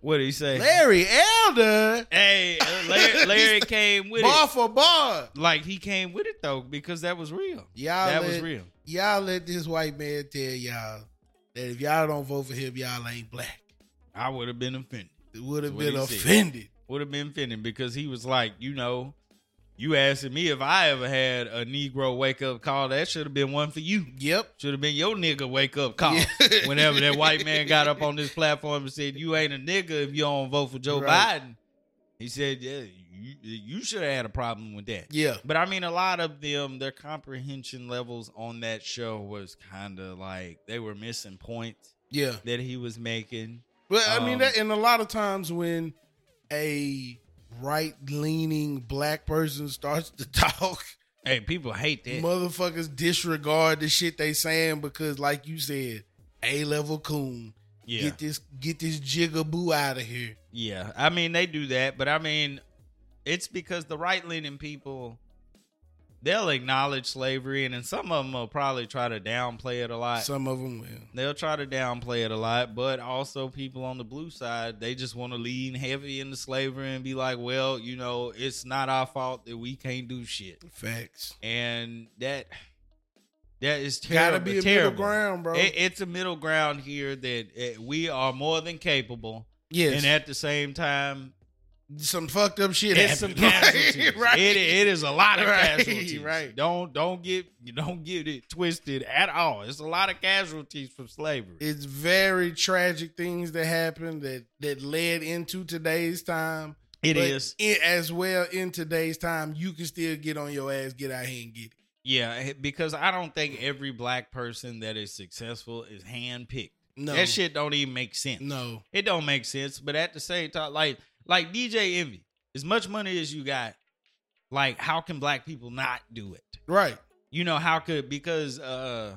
B: What do you say?
A: Larry Elder,
B: Hey, uh,
A: (laughs)
B: Larry, Larry came with
A: bar
B: it.
A: for bar.
B: Like he came with it though, because that was real.
A: Y'all
B: That
A: let,
B: was real.
A: Y'all let this white man tell y'all that if y'all don't vote for him, y'all ain't black.
B: I would have been offended.
A: It would have
B: That's
A: been
B: what he said.
A: offended.
B: would have been fitting because he was like, you know, you asking me if I ever had a Negro wake up call. That should have been one for you.
A: Yep.
B: Should have been your nigga wake up call.
A: (laughs) Yeah.
B: (laughs) Oh, Whenever that white man got up on this platform and said, "You ain't a nigga if you don't vote for Joe
A: Right.
B: Biden," He said, "Yeah, you, you should have had a problem with that."
A: Yeah.
B: But I mean, a lot of them, their comprehension levels on that show was kind of like they were missing points
A: Yeah.
B: that he was making.
A: But I
B: Um,
A: mean that and a lot of times when a right leaning black person starts to (laughs) talk,
B: Hey, people hate that.
A: motherfuckers disregard the shit they saying because like you said, A level coon.
B: yeah,
A: Get this get this jigaboo out of here.
B: yeah. I mean, they do that, but I mean, it's because the right leaning people they'll acknowledge slavery, and then some of them will probably try to downplay it a lot.
A: Some of them will.
B: They'll try to downplay it a lot, but also people on the blue side, they just want to lean heavy into slavery and be like, well, you know, it's not our fault that we can't do shit.
A: Facts.
B: And that that is
A: Gotta
B: terrible.
A: be a
B: terrible.
A: middle ground, bro.
B: It- it's a middle ground here that eh, we are more than capable.
A: yes.
B: And at the same time,
A: some fucked up shit.
B: it's some
A: happened. (laughs)
B: casualties.
A: right.
B: it, it is a lot of
A: Right,
B: casualties.
A: right.
B: Don't don't get don't get it twisted at all. It's a lot of casualties from slavery.
A: it's very tragic things that happened that that led into today's time.
B: It is.
A: But in- as well in today's time, you can still get on your ass, get out here and get it.
B: Yeah, eh, because I don't think every black person that is successful is handpicked.
A: No,
B: That shit don't even make sense.
A: No,
B: It don't make sense. But at the same time, like like DJ Envy, as much money as you got, like how can black people not do it?
A: right.
B: You know how could because uh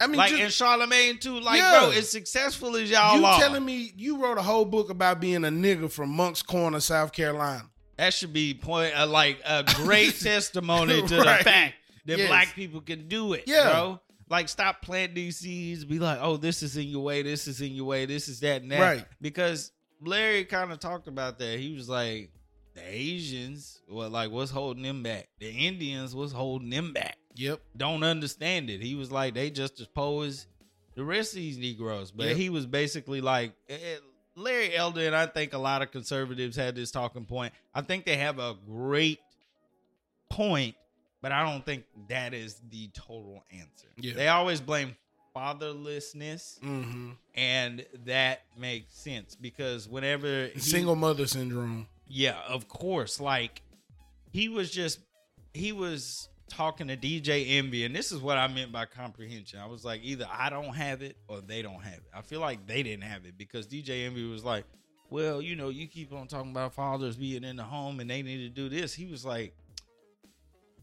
A: I mean,
B: like
A: just-
B: in Charlemagne too, like
A: Yeah.
B: bro, as successful as y'all
A: you
B: are,
A: telling me you wrote a whole book about being a nigga from Monk's Corner, South Carolina?
B: that should be point uh, like a
A: (laughs)
B: great testimony to
A: Right.
B: the fact that
A: Yes.
B: black people can do it.
A: Yeah.
B: bro. Like stop planting these seeds. Be like, oh, this is in your way. This is in your way. This is that and that.
A: Right.
B: Because Larry kind of talked about that. He was like, the Asians, well, like what's holding them back? The Indians, what's holding them back?
A: Yep.
B: Don't understand it. He was like, they just as poor as the rest of these Negroes. But
A: Yep.
B: he was basically like. eh, eh, Larry Elder and I think a lot of conservatives had this talking point. I think they have a great point, but I don't think that is the total answer.
A: Yeah.
B: They always blame fatherlessness,
A: Mm-hmm.
B: and that makes sense because whenever he-
A: Single mother syndrome. (laughs)
B: yeah, of course, like he was just he was talking to DJ Envy, and this is what I meant by comprehension. I was like, either I don't have it or they don't have it. I feel like they didn't have it because DJ Envy was like, well, you know, you keep on talking about fathers being in the home and they need to do this. He was like,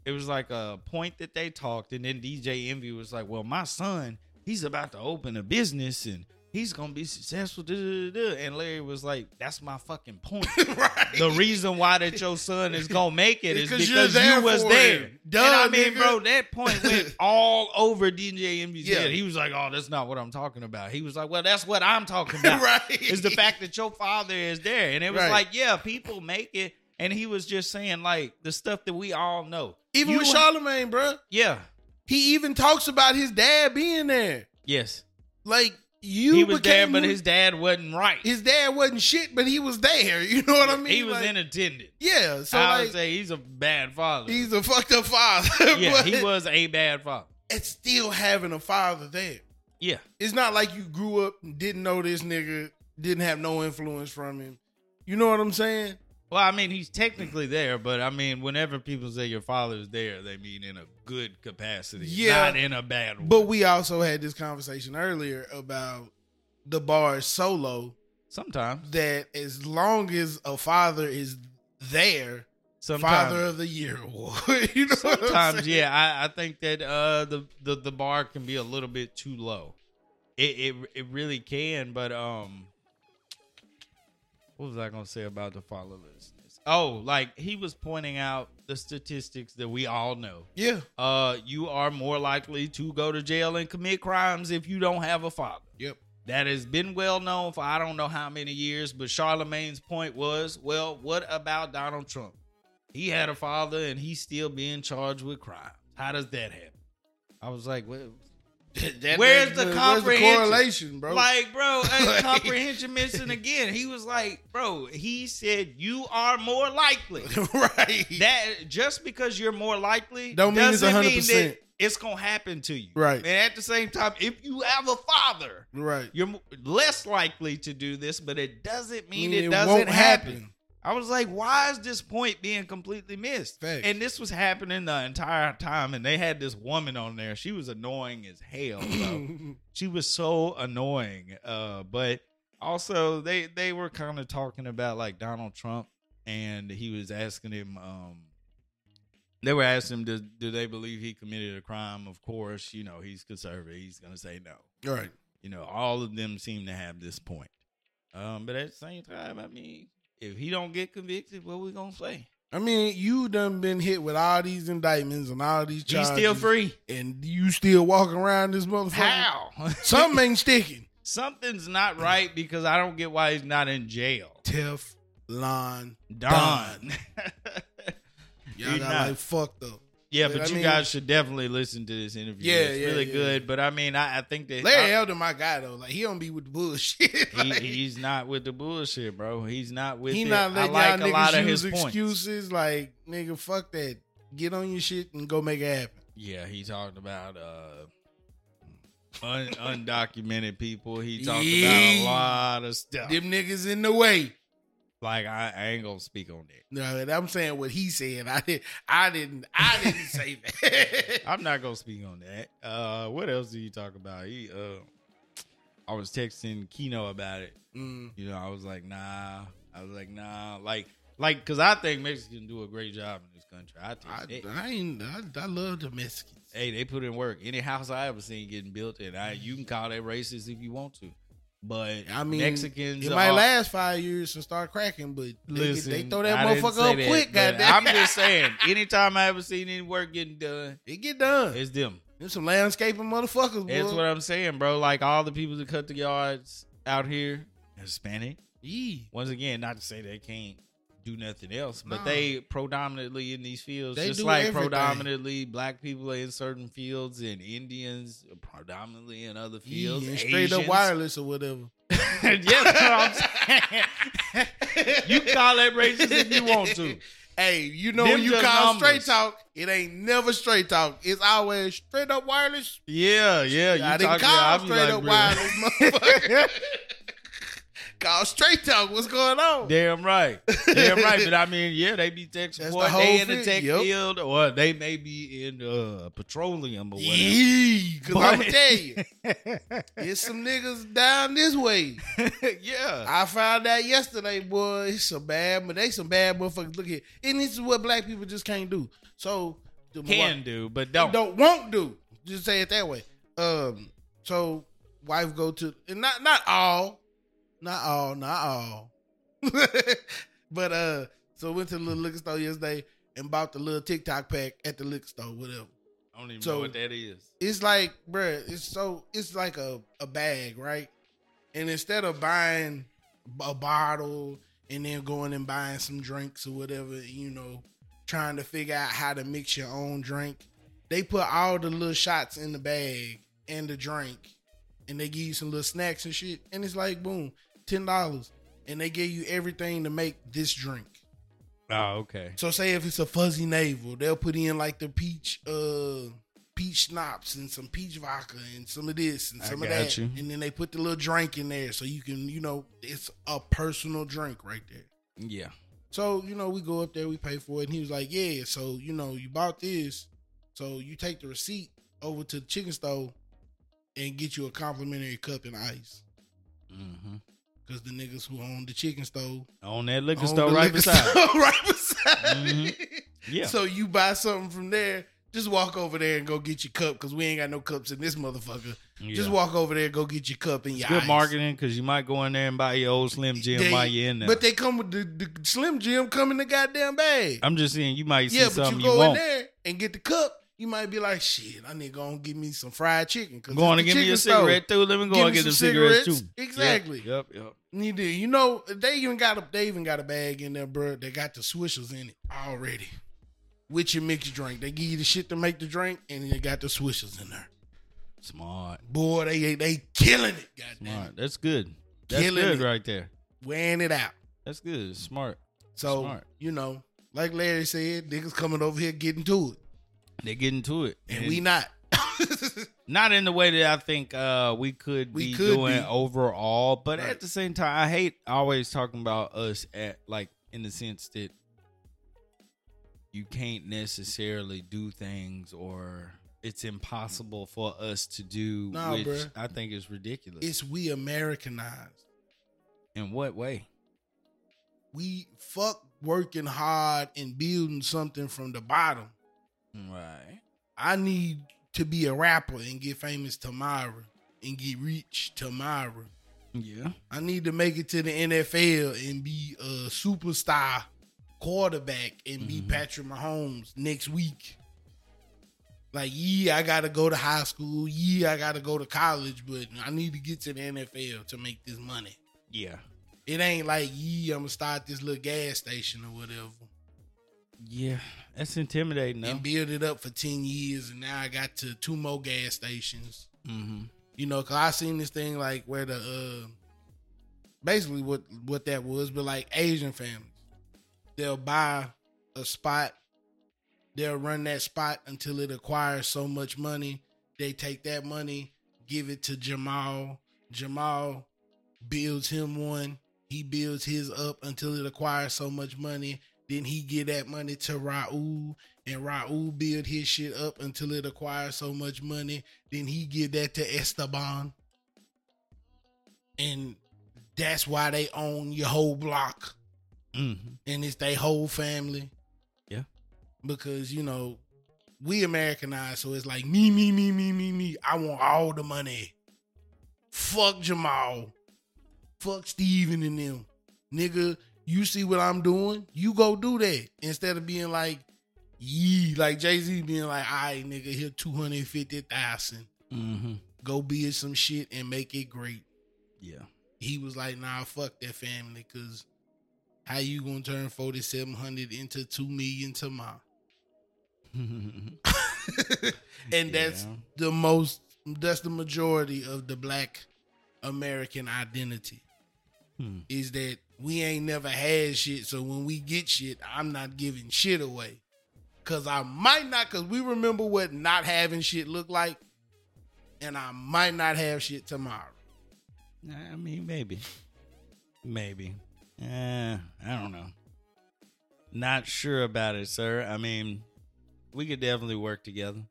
B: it was like a point that they talked, and then DJ Envy was like, well, my son, he's about to open a business and he's gonna be successful. duh, duh, duh, duh." And Larry was like, that's my fucking point
A: right.
B: the reason why that your son is gonna make it is
A: It's 'cause
B: because
A: you're there
B: you was
A: for
B: there.
A: him.
B: and I
A: Duh,
B: mean,
A: nigga.
B: bro,
A: (laughs)
B: that point went all over DJ Envy's
A: Yeah.
B: head. He was like, "Oh, that's not what I'm talking about." He was like, "Well, that's what I'm talking
A: (laughs)
B: about."
A: right.
B: Is the fact that your father is there, and it was
A: Right.
B: like, "Yeah, people make it." And he was just saying like the stuff that we all know.
A: even
B: You-
A: with Charlemagne, bro?
B: yeah,
A: He even talks about his dad being there.
B: yes,
A: Like you
B: he was there,
A: became
B: but his dad wasn't right.
A: his dad wasn't shit, but he was there. (laughs) You know what I mean?
B: he was
A: Like,
B: in attendance.
A: Yeah. So
B: I would
A: like,
B: say he's a bad father.
A: he's a fucked up father. (laughs)
B: yeah,
A: but
B: he was a bad father.
A: It's still having a father there.
B: Yeah,
A: It's not like you grew up and didn't know this nigga, didn't have no influence from him. You know what I'm saying?
B: Well, I mean, he's technically there, but I mean, whenever people say your father's there, they mean in a good capacity,
A: Yeah.
B: not in a bad one.
A: But we also had this conversation earlier about the bar is so low
B: sometimes,
A: that as long as a father is there, Father (laughs)
B: sometimes,
A: of the Year award. (laughs) you know what I'm
B: sometimes,
A: saying?
B: yeah, I, I think that uh, the, the the bar can be a little bit too low. It it it really can, but um, what was I gonna say about the fatherlessness? Oh, like he was pointing out the statistics that we all know.
A: Yeah.
B: Uh, you are more likely to go to jail and commit crimes if you don't have a father.
A: Yep.
B: that has been well known for I don't know how many years, but Charlemagne's point was, well, what about Donald Trump? He had a father and he's still being charged with crime. How does that happen? I was like, well,
A: That-
B: Where's
A: that-
B: the
A: where's
B: comprehension?
A: correlation, bro?
B: like, (laughs) bro, uh,
A: Like-
B: comprehension missing again. He was like, bro, he said you are more (laughs) likely.
A: (laughs) right.
B: That just because you're more likely
A: Don't mean it's
B: doesn't mean
A: 100%.
B: that it's gonna happen to you.
A: Right.
B: And at the same time, if you have a father,
A: right.
B: you're mo- less likely to do this, but it doesn't mean,
A: Mean
B: it, doesn't happen. I was like, why is this point being completely missed?
A: Facts.
B: And this was happening the entire time. And they had this woman on there. She was annoying as hell, (clears throat) bro. she was so annoying. Uh, but also they they were kind of talking about like Donald Trump and he was asking him um they were asking him do, do they believe he committed a crime? Of course, you know, he's conservative. He's gonna say no
A: All (laughs) right.
B: you know, all of them seem to have this point. Um, but at the same time, I mean, if he don't get convicted, what we gonna say?
A: I mean, you done been hit with all these indictments and all these
B: He's
A: charges.
B: still free.
A: And you still walking around this motherfucker.
B: How? (laughs)
A: Something ain't sticking.
B: Something's not right because I don't get why he's not in jail.
A: Teflon.
B: Don.
A: Y'all got
B: You're not.
A: like fucked up.
B: (laughs) yeah,
A: But
B: but
A: I
B: you
A: mean-
B: guys should definitely listen to this interview.
A: Yeah,
B: it's
A: yeah,
B: really
A: yeah.
B: good. But I mean, I, I think that
A: Larry
B: I-
A: Elder, my guy though, like he don't be with the bullshit. (laughs)
B: he,
A: like, he
B: he's not with the bullshit, bro. He's not with. it.
A: not
B: I
A: letting
B: like
A: y'all
B: a lot
A: niggas
B: of
A: use
B: his points.
A: excuses. Like nigga, fuck that. Get on your shit and go make it happen.
B: Yeah, he talked about uh un- (laughs) undocumented people. He talked about a
A: Yeah.
B: lot of stuff.
A: Them niggas in the way.
B: Like I, I ain't gonna speak on that.
A: No, and I'm saying what he said. (laughs) I didn't. I didn't. I
B: (laughs)
A: didn't say that.
B: I'm not gonna speak on that. Uh what else do you talk about? He uh I was texting Kino about it.
A: Mm,
B: You know, I was like, nah. I was like, nah, like like cause I think Mexicans do a great job in this country. I think
A: I,
B: they-
A: I ain't. I, I love the Mexicans.
B: Hey, they put in work. Any house I ever seen getting built, and I you can call that racist if you want to. But
A: I mean,
B: Mexicans
A: It might
B: are,
A: last five years and start cracking, but
B: Listen,
A: they, they throw that
B: I didn't
A: motherfucker
B: say
A: up
B: that,
A: quick.
B: but
A: Goddamn,
B: I'm just saying, anytime I ever seen any work getting done,
A: (laughs) it get done.
B: it's them.
A: There's some landscaping motherfuckers.
B: That's
A: boy.
B: what I'm saying, bro. Like all the people that cut the yards out here, Hispanic.
A: Yee.
B: Once again, not to say they can't do nothing else, but
A: Nah.
B: they predominantly in these fields,
A: They
B: just
A: do
B: like
A: everything.
B: predominantly black people are in certain fields and Indians predominantly in other
A: Yeah,
B: fields.
A: and straight up
B: Asians.
A: wireless or whatever.
B: (laughs) yeah, that's what I'm saying. (laughs) you call that racist if you want to.
A: Hey, you know
B: Them
A: when you
B: just
A: call
B: numbers.
A: straight talk, it ain't never straight talk. It's always straight up wireless.
B: Yeah, yeah. You
A: I didn't
B: talking-
A: call
B: I'll be
A: straight
B: like,
A: up
B: "Bro,
A: wireless, motherfucker. (laughs) call straight talk. What's going on?
B: (laughs) Damn right. Damn right. But I mean, yeah, they be tech
A: That's
B: support.
A: the
B: they
A: whole
B: in the
A: thing,
B: tech
A: yep.
B: field or they may be in uh, petroleum or whatever. (laughs)
A: Yeah, cause I'm
B: But-
A: gonna tell you,
B: (laughs)
A: it's some niggas down this way.
B: yeah.
A: I found out yesterday, boy. It's a bad, but they some bad motherfuckers. Look here, and this is what black people just can't do. So the
B: Can do, but
A: don't.
B: don't.
A: won't do. Just say it that way. Um, so wife go to and not not all, not all, not all. (laughs) but uh, so went to the little liquor store yesterday and bought the little TikTok pack at the liquor store, whatever.
B: I don't even know
A: So-
B: what that is.
A: It's like, bruh, it's so it's like a, a bag, right? And instead of buying a bottle and then going and buying some drinks or whatever, you know, trying to figure out how to mix your own drink, they put all the little shots in the bag and the drink, and they give you some little snacks and shit. And it's like, boom, ten dollars, and they give you everything to make this drink.
B: Oh, okay.
A: So say if it's a fuzzy navel, they'll put in like the peach uh peach schnapps and some peach vodka and some of this and
B: I
A: some of
B: got
A: that.
B: you.
A: And then they put the little drink in there so you can, you know, it's a personal drink right there.
B: Yeah.
A: So, you know, we go up there, we pay for it, and he was like, Yeah, so you know, you bought this, so you take the receipt over to the chicken store and get you a complimentary cup and ice. Mm-hmm.
B: hmm
A: Cause the niggas who own the chicken store,
B: On that liquor
A: own
B: store
A: the
B: right
A: liquor
B: beside. it.
A: store (laughs) right beside
B: Mhm.
A: it.
B: Yeah.
A: So you buy something from there, just walk over there and go get your cup because we ain't got no cups in this motherfucker.
B: yeah.
A: Just walk over there, go get your cup and your
B: Good
A: ice.
B: marketing because you might go in there and buy your old Slim Jim
A: They-
B: while you're in there.
A: But they come with the, the Slim Jim come in the goddamn bag.
B: I'm just saying you might see
A: yeah, but
B: something
A: you
B: you,
A: go in
B: want.
A: there and get the cup. You might be like, shit, I need to go and give me some fried chicken. Cause
B: Go on
A: it's
B: and
A: the
B: give me
A: chicken
B: a
A: store.
B: cigarette too. Let me go
A: Give
B: and
A: me
B: get
A: some
B: them cigarettes,
A: cigarettes.
B: too.
A: Exactly.
B: Yep. Yep. yep.
A: You do. You know they even got a they even got a bag in there, bro. They got the swishers in it already. With your mixed drink, they give you the shit to make the drink, and they got the swishers in there.
B: Smart.
A: Boy, they they killing it. Goddamn,
B: Smart. That's good. That's
A: Killing
B: good
A: it.
B: right there.
A: wearing it out.
B: That's good. Smart.
A: So
B: Smart.
A: you know, like Larry said, niggas coming over here getting to it,
B: They getting to it,
A: and we not. (laughs)
B: not in the way that I think uh, we could
A: We
B: be
A: could
B: doing
A: be.
B: overall. But
A: Right.
B: at the same time, I hate always talking about us at like in the sense that you can't necessarily do things or it's impossible for us to do
A: Nah,
B: which
A: bruh.
B: I think is ridiculous.
A: It's we Americanized.
B: in what way?
A: We fuck working hard and building something from the bottom.
B: Right.
A: I need to be a rapper and get famous tomorrow and get rich tomorrow.
B: Yeah.
A: I need to make it to the NFL and be a superstar quarterback and be
B: Mhm.
A: Patrick Mahomes next week. Like, yeah, I gotta go to high school. Yeah, I gotta go to college, but I need to get to the NFL to make this money.
B: Yeah.
A: It ain't like, yeah, I'm gonna start this little gas station or whatever
B: Yeah. That's intimidating though.
A: and build it up for 10 years. And now I got to two more gas stations.
B: mm-hmm.
A: You know, cause I seen this thing like where the uh basically what what that was, but like Asian families. They'll buy a spot, they'll run that spot until it acquires so much money. They take that money, give it to Jamal. Jamal builds him one. He builds his up until it acquires so much money. Then he give that money to Raul, and Raul build his shit up until it acquires so much money then he give that to Esteban. And that's why they own your whole block
B: Mm-hmm.
A: and it's their whole family.
B: Yeah.
A: Because, you know, we Americanized, so it's like me, me, me, me, me, me. I want all the money. Fuck Jamal. Fuck Steven and them. Nigga, you see what I'm doing? You go do that. Instead of being like, yee, like Jay-Z being like, all right, nigga, here 250,000
B: Mm-hmm.
A: go build some shit and make it great.
B: (laughs) Yeah.
A: He was like, nah, fuck that family, cause how you gonna turn forty seven hundred into two million tomorrow?
B: and
A: And that's the most that's the majority of the black American identity.
B: Hmm.
A: Is that we ain't never had shit, so when we get shit, I'm not giving shit away. Cause I might not, cause we remember what not having shit looked like, and I might not have shit tomorrow.
B: I mean, maybe, maybe. Uh, I don't know. Not sure about it, sir. I mean, we could definitely work together.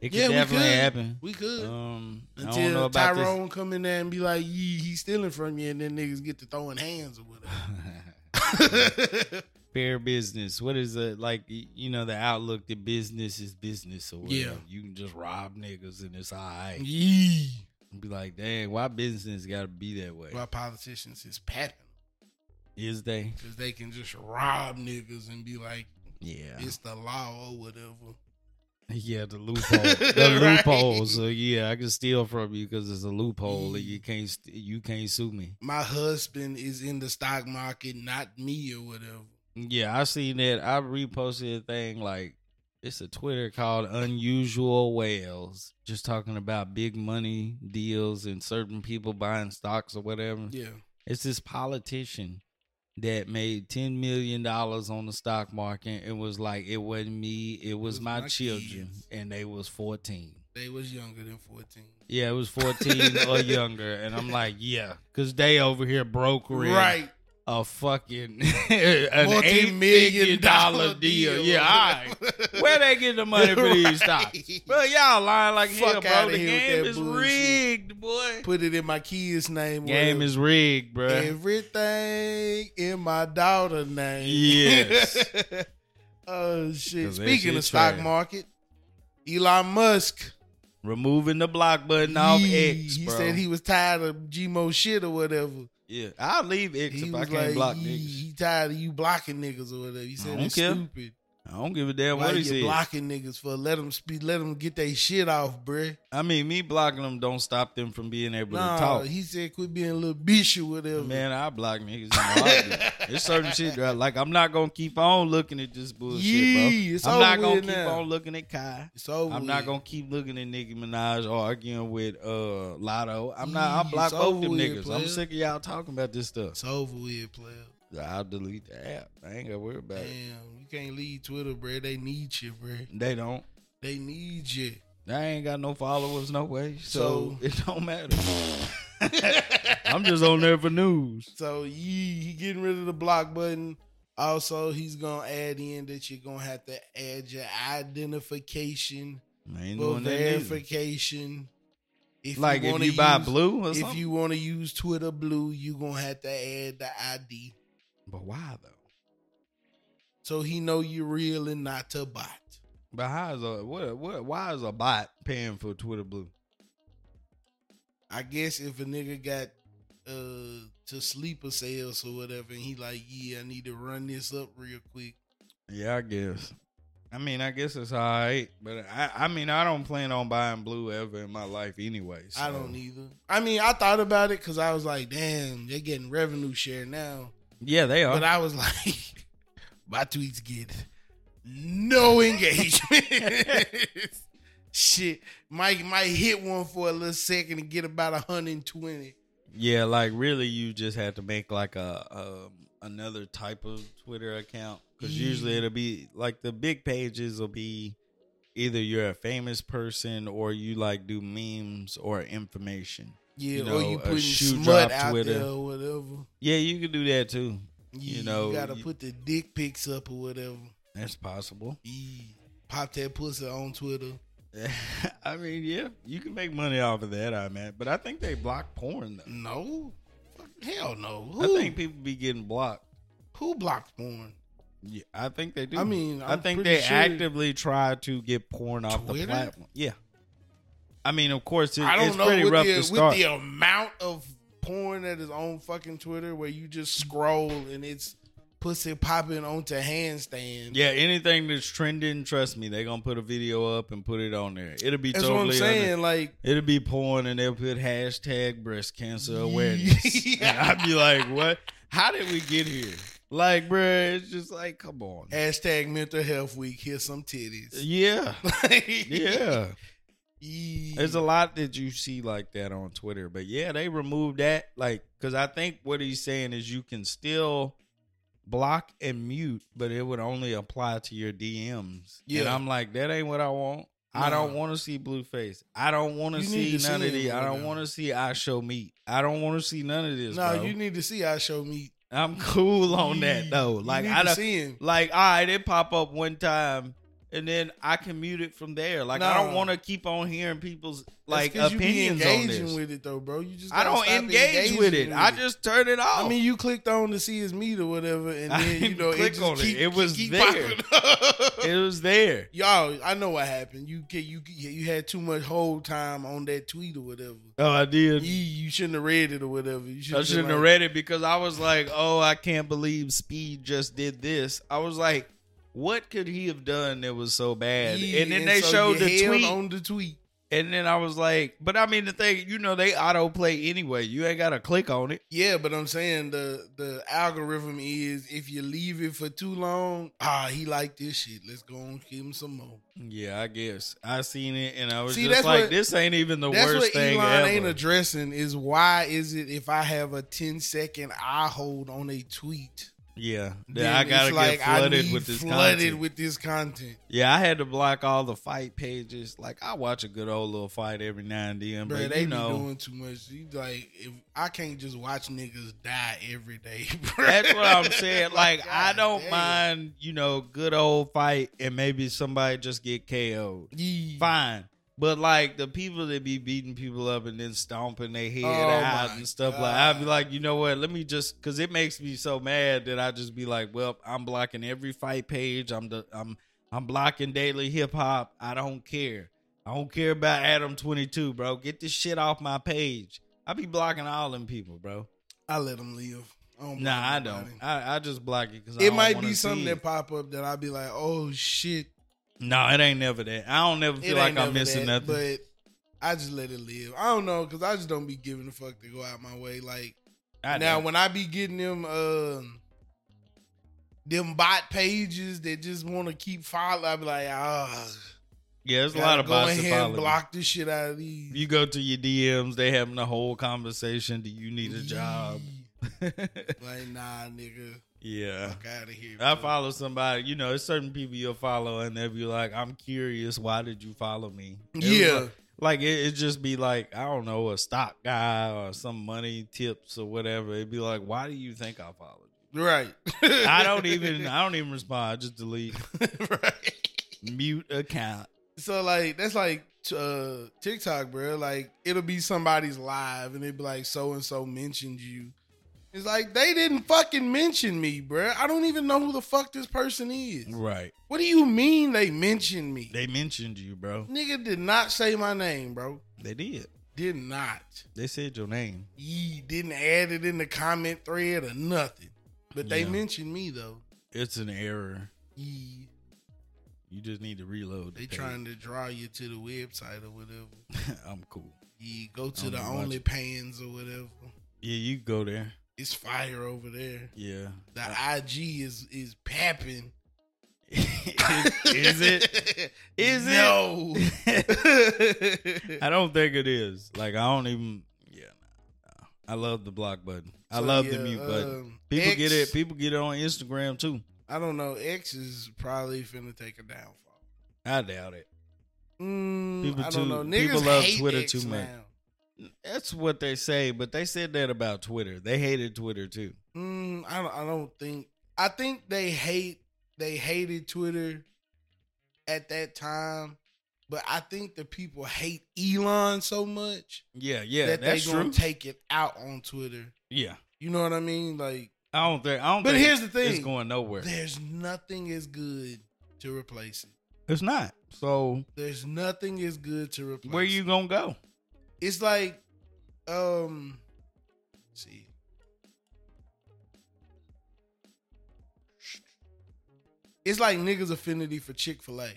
B: It could
A: Yeah, we
B: definitely
A: could.
B: happen.
A: We could.
B: Um, I don't know
A: Until
B: about
A: Tyrone come in there and be like, "Yee, he's stealing from you," and then niggas get to throwing hands or
B: this. (laughs)
A: whatever.
B: (laughs) Fair business. What is it like? y- You know, the outlook that business is business or whatever.
A: Yeah.
B: You can just rob niggas and it's all right.
A: Yee,
B: Be like, dang, why business got to be that way?
A: why politicians is patting
B: Is they?
A: because they can just rob niggas and be like,
B: Yeah.
A: "It's the law or whatever."
B: Yeah, the loophole. (laughs) The
A: Right.
B: loophole. So yeah, I can steal from you because it's a loophole, and you can't st- you can't sue me.
A: My husband is in the stock market, not me or whatever.
B: Yeah, I seen that. I reposted a thing like it's a Twitter called Unusual Whales, just talking about big money deals and certain people buying stocks or whatever.
A: Yeah,
B: It's this politician that made ten million dollars on the stock market and was like, "It wasn't me. It was,
A: was
B: my,
A: my
B: children,"
A: kids.
B: and they was fourteen.
A: they was younger than fourteen.
B: Yeah, it
A: (laughs)
B: was 14 or younger. And I'm like, yeah, because they over here brokering
A: Right,
B: a fucking (laughs) an
A: multi
B: eight million
A: million
B: dollar deal. Yeah, all
A: (laughs)
B: right. Where they get the money for these
A: Right.
B: stocks? Bro, y'all lying like
A: Fuck
B: hell,
A: outta
B: bro. The
A: here with
B: game
A: that
B: is
A: bullshit.
B: rigged, boy.
A: (laughs) Put it in my kid's name.
B: Game
A: whatever.
B: is rigged, bro.
A: Everything in my daughter name.
B: Yes.
A: (laughs) oh shit.
B: 'Cause that
A: Speaking
B: shit
A: of stock
B: trash.
A: market, Elon Musk.
B: Removing the block button off
A: he,
B: X,
A: he
B: bro.
A: said he was tired of GMO shit or whatever.
B: yeah, I'll leave X
A: He
B: if I
A: was
B: can't
A: like,
B: block
A: he,
B: niggas.
A: he tired of you blocking niggas or whatever. He
B: I
A: said
B: don't
A: it's
B: care.
A: stupid.
B: I don't give a damn
A: Why
B: what he
A: you
B: said.
A: blocking niggas for? Let them speak. Let them get their shit off, bruh.
B: I mean, me blocking them don't stop them from being able
A: Nah,
B: to talk.
A: he said quit being a little bitch or whatever.
B: Man, I block niggas. in a heartbeat. There's certain shit that, like I'm not gonna keep on looking at this bullshit,
A: Yeah,
B: bro.
A: it's
B: I'm not
A: over
B: gonna
A: with
B: keep
A: now.
B: on looking at Kai.
A: it's over.
B: I'm
A: with.
B: not gonna keep looking at Nicki Minaj or arguing with uh Lotto. I'm not. I
A: Yeah,
B: block
A: it's
B: both
A: over
B: them
A: with,
B: niggas. I'm
A: player.
B: sick of y'all talking about this stuff.
A: It's over with, player.
B: I'll delete the app. I ain't gotta worry about
A: Damn,
B: it.
A: you can't leave Twitter, bruh. They need you, bruh.
B: They don't.
A: They need you.
B: They ain't got no followers, no way. So,
A: So-
B: (laughs) it
A: (laughs)
B: don't matter. I'm just on there for news.
A: So he, he getting rid of the block button Also, he's gonna add in that you're gonna have to add your identification
B: I ain't
A: for
B: doing that neither.
A: verification. If
B: Like if
A: wanna
B: you buy
A: use-
B: blue or
A: if
B: something.
A: you want to use Twitter Blue, you gonna have to add the ID
B: but why though?
A: so he know you real and not a bot.
B: But how is a what what why is a bot paying for Twitter Blue?
A: I guess if a nigga got uh to sleeper sales or whatever, and he like, yeah, I need to run this up real quick.
B: Yeah, I guess. I mean, I guess it's all right, but I, I mean, I don't plan on buying blue ever in my life anyway. So.
A: I don't either. I mean, I thought about it because I was like, damn, they're getting revenue share now.
B: Yeah, they are.
A: But I was (laughs) like, my tweets get no (laughs) engagement. Shit, might might hit one for a little second and get about 120.
B: yeah, like really, you just have to make like a um, another type of Twitter account because
A: Yeah.
B: usually it'll be like the big pages will be either you're a famous person or you like do memes or information.
A: Yeah,
B: You know,
A: or you
B: a
A: putting
B: shoe
A: smut
B: drop
A: out
B: Twitter.
A: there or whatever.
B: Yeah, you could do that too.
A: Yeah, you
B: know,
A: gotta
B: you-
A: put the dick pics up or whatever.
B: That's possible.
A: Yeah. Pop that pussy on Twitter.
B: (laughs) I mean, yeah, you can make money off of that, I mean, but I think they block porn though.
A: No, Fuck, hell no.
B: I
A: Who,
B: think people be getting blocked.
A: who blocked porn?
B: Yeah, I think they do.
A: I mean,
B: i
A: I'm
B: think
A: pretty
B: they
A: sure-
B: actively try to get porn off the
A: Twitter?
B: platform. Yeah, I mean, of course, it,
A: I don't
B: it's
A: know
B: pretty
A: with
B: rough
A: the,
B: to
A: with
B: start.
A: the uh, amount of porn that is on fucking Twitter where you just scroll and it's pussy popping onto handstand.
B: yeah, anything that's trending, trust me, they're gonna put a video up and put it on there. It'll be
A: That's
B: totally.
A: what I'm
B: under-
A: saying. Like
B: It'll be porn, and they'll put hashtag breast cancer
A: (laughs)
B: awareness. And I'd be like, what? How did we get here? Like, bruh, it's just like, come on.
A: hashtag mental health week, here's some titties.
B: Yeah,
A: (laughs)
B: yeah.
A: Yeah. (laughs)
B: There's a lot that you see like that on Twitter, but yeah, they removed that. Like, because I think what he's saying is you can still block and mute, but it would only apply to your DMs. Yeah, and
A: Yeah.
B: I'm like, that ain't what I want. I don't
A: No.
B: want to see Blueface. I don't want to
A: You
B: see
A: need to
B: none
A: see
B: of
A: him
B: these. I
A: right
B: don't
A: now.
B: want to see I show meat. I don't want to see none of this.
A: No,
B: bro.
A: you need to see I show me
B: I'm cool on that
A: (laughs)
B: though.
A: You
B: Like,
A: need
B: I
A: to
B: don't.
A: see him.
B: Like, all right, it pop up one time, and then I can mute it from there. Like, I don't
A: No.
B: want to keep on hearing people's
A: That's
B: like
A: 'cause
B: opinions
A: you be
B: on
A: engaging
B: this.
A: with it though, bro. You just
B: I
A: gotta
B: don't
A: stop
B: engage
A: engaging
B: with it. I
A: it.
B: just turn it off.
A: I
B: (laughs)
A: mean, you clicked on to see his meat or whatever, and
B: I
A: then you
B: didn't
A: know
B: click
A: it just
B: on it.
A: keep-
B: It was
A: keep
B: there.
A: popping up.
B: (laughs) it was there.
A: Y'all, I know what happened. You ca- you you had too much hold time on that tweet or whatever.
B: Oh, I did.
A: You, you shouldn't have read it or whatever. You should
B: I shouldn't have read it because I was like, oh, I can't believe Speed just did this. I was like, what could he have done that was so bad? and then they
A: so
B: showed
A: you
B: the
A: held
B: tweet.
A: on the tweet.
B: and then I was like, but I mean, the thing, you know, they autoplay anyway. You ain't got to click on it.
A: Yeah, but I'm saying the the algorithm is if you leave it for too long, ah, he liked this shit. Let's go and give him some more.
B: Yeah, I guess I seen it, and I was
A: See,
B: just
A: that's
B: like,
A: what-
B: "This ain't even the
A: That's
B: worst
A: what
B: thing
A: Elon
B: ever."
A: ain't addressing is why is it if I have a 10 second eye hold on a tweet,
B: yeah,
A: then
B: that I gotta
A: it's like
B: get flooded
A: I need
B: with this
A: flooded
B: content.
A: with this content.
B: yeah, I had to block all the fight pages. Like, I watch a good old little fight every now and then,
A: Bro,
B: but
A: they
B: you know,
A: be doing too much. You like, if I can't just watch niggas die every day. (laughs) Bro.
B: (laughs) That's what
A: (laughs)
B: I'm saying. Like I
A: God
B: don't
A: damn.
B: mind, you know, good old fight and maybe somebody just get KO'd.
A: Yeah.
B: Fine. But like the people that be beating people up and then stomping their head
A: Oh,
B: out
A: my
B: and stuff like I'd be like, you know what, let me just cause it makes me so mad that I just be like, Well, I'm blocking every fight page. I'm the I'm I'm blocking daily hip hop. I don't care. I don't care about Adam twenty two, bro. Get this shit off my page. I be blocking all them people, bro.
A: I let them live. I don't
B: Nah, I
A: blame
B: don't.
A: nobody.
B: I, I just block it because
A: It might be something that pop up that I'll be like, oh shit.
B: No, it ain't never that. I don't never
A: It
B: feel like
A: ain't
B: I'm
A: never
B: missing
A: that,
B: nothing.
A: But I just let it live. I don't know, because I just don't be giving a fuck to go out my way. Like,
B: I
A: now
B: know.
A: when I be getting them um them bot pages that just want to keep following, I be like, ah,
B: yeah, there's a lot of
A: go
B: bots that
A: ahead and
B: follow. you.
A: block the shit out of these.
B: You go to your DMs, they having a whole conversation. Do you need a
A: Yee.
B: job?
A: like, nah, nigga,
B: (laughs) yeah.
A: fuck out of here.
B: I
A: bro.
B: follow somebody, you know, there's certain people you'll follow and they'll be like, I'm curious, why did you follow me? It was
A: Yeah,
B: like- Like it, it just be like, I don't know, a stock guy or some money tips or whatever. It'd be like, why do you think I followed you?
A: Right.
B: I don't even I don't even respond. I just delete
A: (laughs) right.
B: mute account.
A: So like that's like uh TikTok, bro. Like it'll be somebody's live and it'd be like so and so mentioned you. It's like they didn't fucking mention me, bro. I don't even know who the fuck this person is.
B: Right.
A: What do you mean they mentioned me?
B: They mentioned you, bro.
A: Nigga did not say my name, bro.
B: They did.
A: Did not.
B: They said your name.
A: He didn't add it in the comment thread or nothing. But they
B: Yeah.
A: mentioned me though.
B: It's an error.
A: Ye,
B: You just need to reload. the
A: they
B: page.
A: trying to draw you to the website or whatever.
B: (laughs) I'm cool.
A: Yeah, go to
B: I'm
A: the
B: gonna watch it.
A: OnlyPans or whatever.
B: Yeah, you can go there.
A: It's fire over there. (laughs)
B: Yeah.
A: The IG is is papping.
B: is, is it?
A: (laughs)
B: Is it?
A: no.
B: (laughs) I don't think it is. Like I don't even. Yeah. nah, nah. I love the block button. I
A: So,
B: love the
A: yeah,
B: mute button.
A: um,
B: People
A: X-
B: get it. People get it on Instagram too.
A: I don't know. X is probably finna take a downfall.
B: I doubt it.
A: Mm,
B: People
A: I don't
B: too-
A: know. Niggas
B: people love
A: hate
B: Twitter
A: X
B: too much.
A: now.
B: That's what they say, but they said that about Twitter. They hated Twitter too.
A: Mm, I don't. I don't think. I think they hate. They hated Twitter at that time, but I think the people hate Elon so much
B: Yeah, yeah,
A: that they
B: that's
A: gonna
B: true.
A: take it out on Twitter.
B: yeah,
A: You know what I mean? Like,
B: I don't think. I don't.
A: but
B: think
A: here's the
B: it's
A: thing:
B: going nowhere.
A: there's nothing as good to replace it.
B: It's not. So
A: There's nothing as good to replace.
B: where you
A: It.
B: gonna go?
A: It's like, um, let's see, it's like niggas' affinity for Chick Fil A.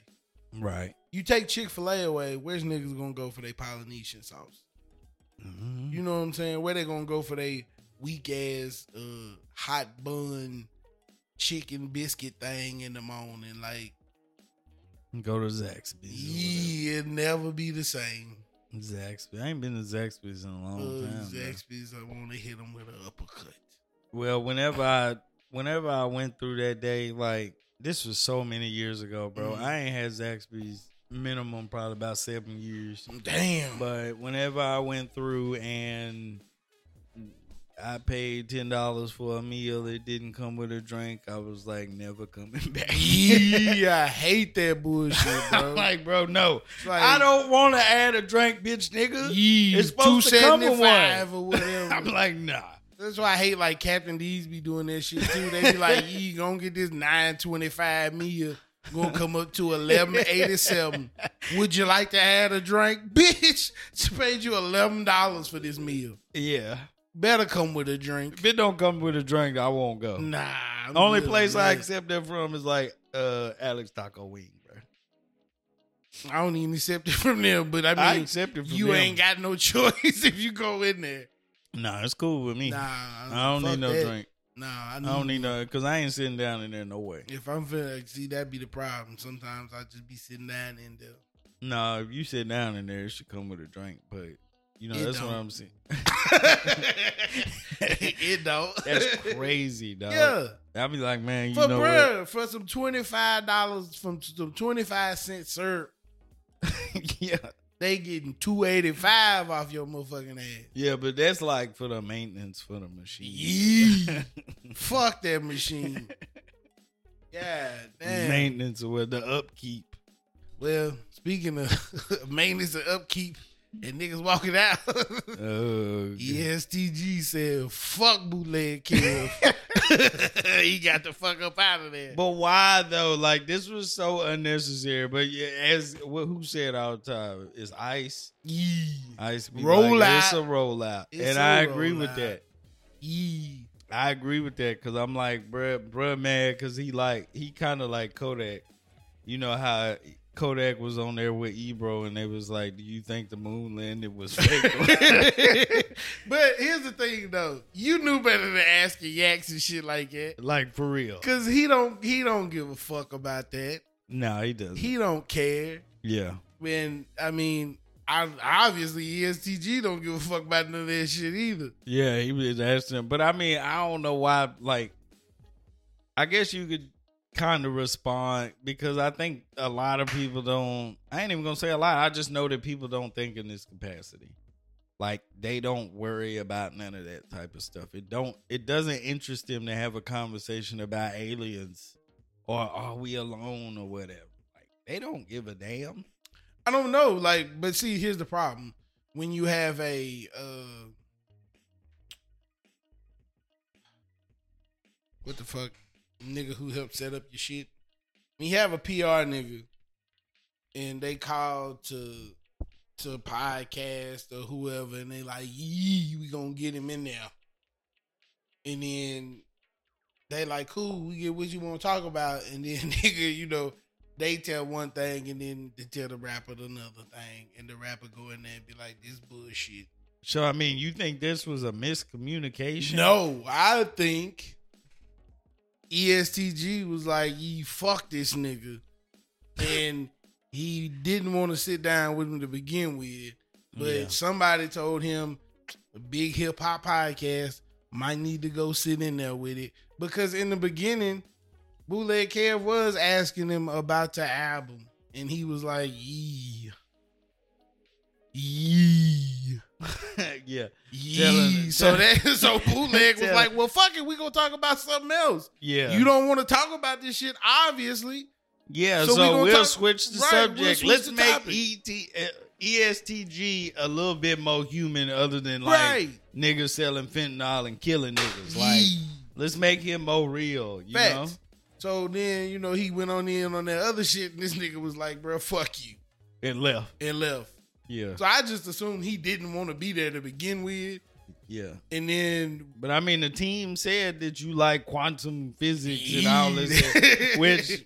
B: Right.
A: You take Chick Fil A away, where's niggas gonna go for their Polynesian sauce? You
B: Mm-hmm.
A: know what I'm saying? Where they gonna go for they weak ass uh, hot bun chicken biscuit thing in the morning? Like,
B: Go to Zaxby's.
A: yeah, it'll never be the same.
B: or whatever. Zaxby's. I ain't been to Zaxby's in a
A: Uh,
B: long time. bro.
A: Zaxby's, I want to hit them with an uppercut.
B: Well, whenever I whenever I went through that day, like this was so many years ago, bro.
A: Mhm.
B: I ain't had Zaxby's minimum probably about seven years.
A: Damn.
B: But whenever I went through and I paid ten dollars for a meal that didn't come with a drink, I was like never coming (laughs) back.
A: (laughs) yeah, I hate that bullshit, bro.
B: (laughs) I'm like, bro, no.
A: It's like,
B: I don't want to add a drink, bitch, nigga.
A: Yeah,
B: It's supposed to come with
A: 275
B: (laughs)
A: or whatever.
B: I'm like, nah.
A: That's why I hate like Captain D's be doing that shit too. They be like, "You gonna get this nine twenty five meal, gonna come up to eleven eighty seven. Would you like to add a drink, (laughs) bitch? She paid you eleven dollars for this meal.
B: Yeah,
A: Better come with a drink.
B: if it don't come with a drink, I won't go.
A: Nah, I'm
B: The Only
A: good
B: place
A: on
B: I
A: that.
B: accept that from is like uh Alex Taco Wing, bro.
A: I don't even accept it from them. But I mean,
B: I accept it from
A: you
B: them.
A: ain't got no (laughs) choice if you go in there.
B: Nah, it's cool with me.
A: Nah,
B: I don't
A: fuck
B: need no
A: that.
B: drink.
A: Nah, I,
B: I don't need no because I ain't sitting down in there no way.
A: If I'm finna see, that be the problem. Sometimes I just be sitting down in there.
B: Nah, if you sit down in there, it should come with a drink. But you know
A: It
B: that's what
A: don't.
B: I'm saying.
A: (laughs) it don't.
B: (laughs) That's crazy, dog.
A: Yeah,
B: I'd be like, man, you
A: for
B: know
A: bruh, for some twenty five dollars from some twenty five cent syrup,
B: what? (laughs) yeah,
A: they getting two eighty five off your motherfucking ass.
B: yeah, but that's like for the maintenance for the machine. (laughs)
A: Yeah, fuck that machine. God damn.
B: maintenance or the upkeep.
A: Well, speaking of (laughs) maintenance and upkeep, and niggas walking out. (laughs) E
B: Oh,
A: ESTG said, "Fuck bootleg
B: (laughs)
A: Kev." (laughs) he got the fuck up out of there.
B: But why though? Like this was so unnecessary. But yeah, as what who said all the time is ice.
A: Yeah.
B: Ice be
A: Roll
B: like,
A: out.
B: It's a rollout,
A: It's
B: and
A: a
B: I agree
A: roll
B: with
A: out.
B: that.
A: Yeah.
B: I agree with that because I'm like, bruh, bruh, man, because he like he kind of like Kodak. You know how Kodak was on there with Ebro, and they was like, "Do you think the moon landing was
A: (laughs)
B: fake?" (laughs)
A: but here's the thing though, you knew better than asking Yaks and shit like that,
B: like for real?
A: cause he don't he don't give a fuck about that.
B: No, he doesn't.
A: He don't care.
B: yeah,
A: When I mean, I obviously E ESTG don't give a fuck about none of that shit either.
B: Yeah, he was asking, but I mean, I don't know why. Like, I guess you could kind of respond because I think a lot of people don't. I ain't even gonna say a lot. I just know that people don't think in this capacity. Like they don't worry about none of that type of stuff. It don't it doesn't interest them to have a conversation about aliens or are we alone or whatever. Like they don't give a damn.
A: I don't know. Like, but see, here's the problem. When you have a uh what the fuck nigga who helped set up your shit. When you have a PR nigga and they call to to podcast or whoever and they like, yee, we gonna get him in there. And then they like, cool, we get what you wanna talk about, and then (laughs) nigga, you know, they tell one thing and then they tell the rapper another thing, and the rapper go in there and be like, "This bullshit."
B: So I mean, you think this was a miscommunication?
A: No, I think E ESTG was like, "You fuck this nigga," and he didn't want to sit down with him to begin with, but
B: Yeah.
A: somebody told him a big hip hop podcast might need to go sit in there with it because in the beginning, Bootleg Kev was asking him about the album, and he was like, "Yeah, yeah."
B: (laughs) yeah.
A: Yee. So that (laughs) so bootleg was
B: Tell
A: like, well, fuck it, we gonna talk about something else.
B: Yeah.
A: You don't want to talk about this shit, obviously.
B: Yeah,
A: So
B: so,
A: we gonna
B: we will
A: talk-
B: switch the
A: right,
B: subject.
A: we'll switch
B: Let's
A: the
B: make
A: topic.
B: ET, uh, ESTG a little bit more human, other than like
A: Right.
B: niggas selling fentanyl and killing niggas. Like,
A: Yee.
B: let's make him more real. You know?
A: Facts. So then you know he went on in on that other shit, and this nigga was like, bro, fuck you,
B: And left.
A: and left.
B: Yeah,
A: So I just assumed he didn't want to be there to begin with,
B: yeah.
A: and then
B: But I mean, the team said that you like quantum physics and all this,
A: (laughs)
B: shit, which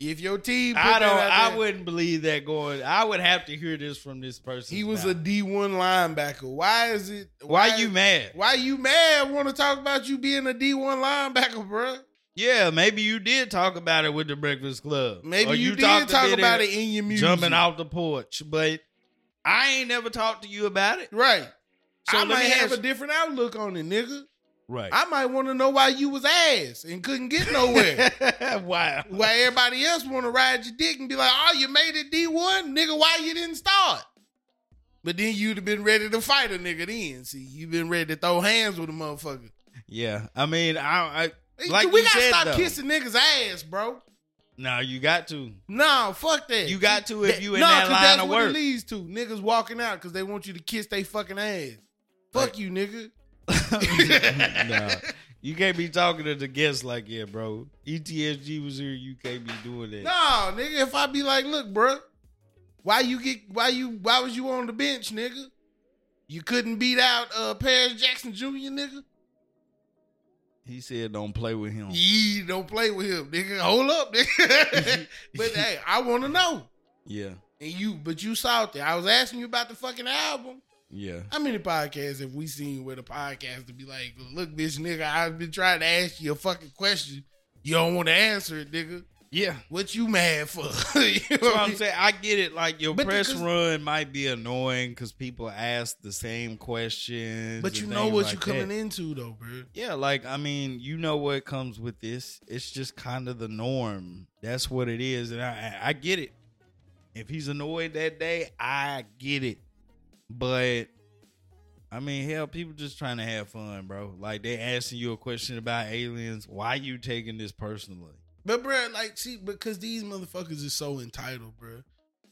A: if your team, put that
B: I don't.
A: out
B: I
A: there-
B: wouldn't believe that going. I would have to hear this from this person.
A: He was a D one linebacker. Why is it?
B: Why you mad?
A: Why you mad? Want to talk about you being a D one linebacker, bro?
B: Yeah, maybe you did talk about it with the Breakfast Club.
A: Maybe
B: Or
A: you,
B: talked
A: did
B: a
A: talk
B: bit
A: about
B: in-
A: it in your music,
B: jumping off the porch, but I ain't never talked to you about it.
A: right?
B: So
A: I
B: let
A: might
B: me
A: have
B: ask-
A: a different outlook on it, nigga.
B: Right.
A: I might want to know why you was ass and couldn't get (laughs) nowhere.
B: (laughs) wow.
A: why everybody else want to ride your dick and be like, "Oh, you made it D one, nigga. Why you didn't start?" But then you'd have been ready to fight a nigga. Then see, you've been ready to throw hands with a motherfucker.
B: Yeah. I mean, I, I
A: Hey,
B: Like
A: we
B: you
A: gotta
B: said,
A: stop
B: though.
A: kissing niggas ass, bro.
B: no, you got to.
A: No, fuck that.
B: You got to if you in
A: no,
B: that
A: 'cause
B: line
A: that's
B: of
A: what
B: work.
A: it leads to. Niggas walking out because they want you to kiss they fucking ass. Fuck
B: Right.
A: you, nigga.
B: (laughs) Nah.
A: (laughs)
B: You can't be talking to the guests like, yeah, bro. E ETSG was here. You can't be doing that.
A: No, nigga. If I be like, look, bruh, why you get why you why was you on the bench, nigga? You couldn't beat out uh Paris Jackson Jr., nigga.
B: He said, don't play with him.
A: Yee, don't play with him, nigga. Hold up, nigga. (laughs) but hey, I want to know.
B: Yeah.
A: And you, but you saw it. there. I was asking you about the fucking album.
B: Yeah.
A: How many podcasts have we seen where the podcast to be like, look, bitch, nigga, I've been trying to ask you a fucking question. You don't want to answer it, nigga. (laughs)
B: Yeah.
A: What you mad for? (laughs) you know
B: That's what
A: I
B: I'm
A: mean?
B: saying. I get it. Like your
A: But
B: press
A: because-
B: run might be annoying because people ask the same questions.
A: But you
B: and
A: know
B: things
A: what
B: like
A: you coming
B: that.
A: into, though, bro.
B: Yeah, like I mean, you know what comes with this. It's just kind of the norm. That's what it is, and I I I get it. If he's annoyed that day, I get it. But I mean, hell, people just trying to have fun, bro. Like they asking you a question about aliens. Why you taking this personally?
A: But, bro, like, see, because these motherfuckers is so entitled, bro.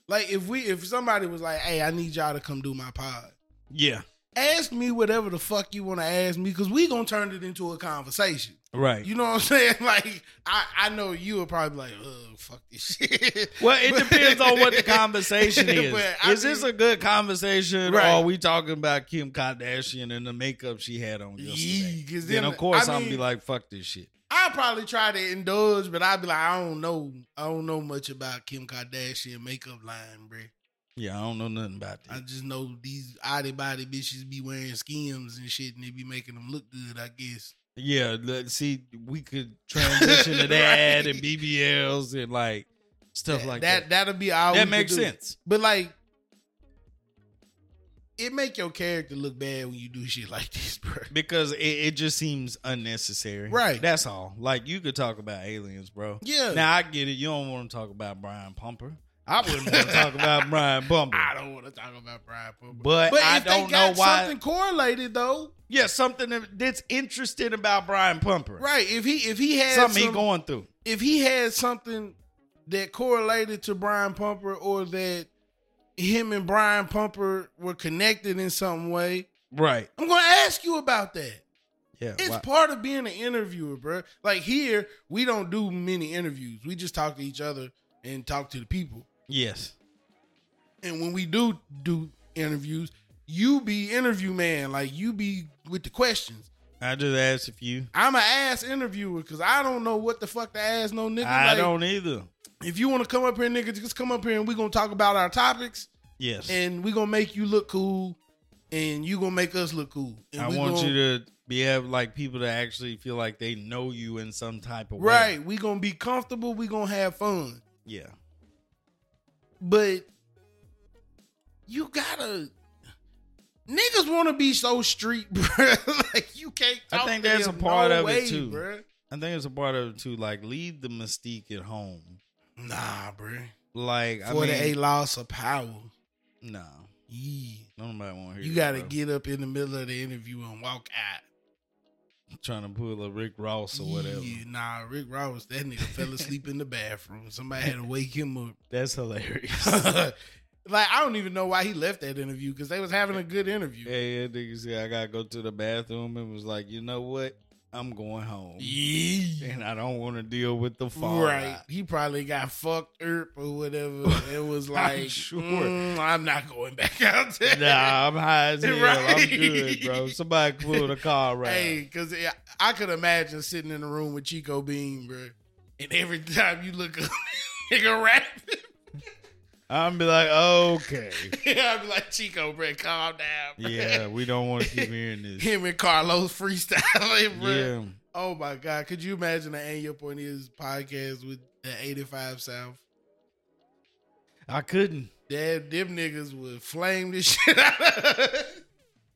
A: Like, if we, if somebody was like, hey, I need y'all to come do my pod,
B: Yeah,
A: ask me whatever the fuck you want to ask me, because we going to turn it into a conversation.
B: right.
A: You know what I'm saying? (laughs) Like, I, I know you would probably be like, oh, fuck this (laughs) shit.
B: well, it
A: But-
B: depends on
A: (laughs)
B: what the conversation is.
A: But I
B: is this
A: mean-
B: a good conversation,
A: Right.
B: or are we talking about Kim Kardashian and the makeup she had on yesterday?
A: Yee, 'cause
B: then,
A: then-
B: of course,
A: I
B: I'm gonna be
A: mean-
B: like, "Fuck this shit."
A: I probably try to indulge, but I'd be like, I don't know, I don't know much about Kim Kardashian makeup line, bruh.
B: Yeah, I don't know nothing about
A: I
B: that.
A: just know these outy body bitches be wearing skims and shit, and they be making them look good. I guess.
B: yeah, let, see, we could transition
A: (laughs)
B: to that
A: Right.
B: and BBLs and like stuff like that.
A: that, will be all.
B: That,
A: we could
B: makes
A: do.
B: sense.
A: But like, it make your character look bad when you do shit like this, bro.
B: Because it, it just seems unnecessary.
A: Right.
B: That's all. Like you could talk about aliens, bro.
A: Yeah.
B: Now I get it. You don't want to talk about Brian Pumper. I wouldn't want
A: (laughs)
B: to talk about Brian Bumble.
A: I don't want to talk about Brian Pumper.
B: But,
A: But
B: I
A: if they
B: don't know
A: got
B: why.
A: something correlated though,
B: yeah, something that- that's interesting about Brian Pumper.
A: right? If he if he had
B: Something he
A: some-
B: going through.
A: if he had something that correlated to Brian Pumper or that him and Brian Pumper were connected in some way,
B: Right.
A: I'm gonna ask you about that.
B: Yeah.
A: It's
B: why-
A: part of being an interviewer, bro. Like here, we don't do many interviews. We just talk to each other and talk to the people.
B: yes.
A: And when we do do interviews, you be interview man, like you be with the questions.
B: I just asked if you.
A: I'm an ass interviewer because I don't know what the fuck to ask no nigga.
B: I
A: like,
B: don't either.
A: If you want to come up here, nigga, just come up here and we gonna talk about our topics
B: Yes.
A: and we gonna make you look cool and you gonna make us look cool. And
B: I
A: we
B: want
A: gonna-
B: you to be have like people to actually feel like they know you in some type of way.
A: right. We gonna be comfortable. We gonna have fun.
B: Yeah.
A: but you gotta niggas want to be so street, (laughs) bruh. like you can't.
B: I
A: Talk
B: think
A: to
B: that's
A: them
B: a part
A: no
B: of it,
A: way,
B: too.
A: bruh.
B: I think it's a part of it too. Like leave the mystique at home.
A: Nah, bruh.
B: Like I mean,
A: Forty-eight loss of power.
B: no,
A: Yeah.
B: nobody want to hear.
A: You gotta
B: bro.
A: get up in the middle of the interview and walk out.
B: trying to pull a Rick Ross or whatever.
A: Yeah, nah, Rick Ross, that nigga
B: (laughs)
A: fell asleep in the bathroom. Somebody had to wake him up.
B: That's hilarious.
A: (laughs) like I don't even know why he left that interview because they was having a good interview.
B: Yeah, yeah, nigga said I gotta go to the bathroom and was like, you know what? I'm going home.
A: Yeah.
B: And I don't want to deal with the fallout.
A: Right. He probably got fucked up or
B: (laughs)
A: whatever. It was like, I'm
B: sure.
A: I'm not going back (laughs) out there.
B: Nah, I'm
A: (laughs)
B: high as hell. I'm
A: Right.
B: good, bro. Somebody pull the car right.
A: (laughs) Hey, because I could imagine sitting in a room with Chico Bean, bro. And every time you look up, (laughs) nigga rap,
B: I'm be like, okay,
A: (laughs) I'd be like, Chico, bro, calm down. Bro. (laughs)
B: yeah, we don't want to keep hearing this.
A: Him and Carlos (laughs) freestyling, bro.
B: Yeah,
A: Oh my God. Could you imagine the And Your Point Is podcast with the 85 South?
B: I couldn't.
A: That, them niggas would flame this (laughs) shit out of us.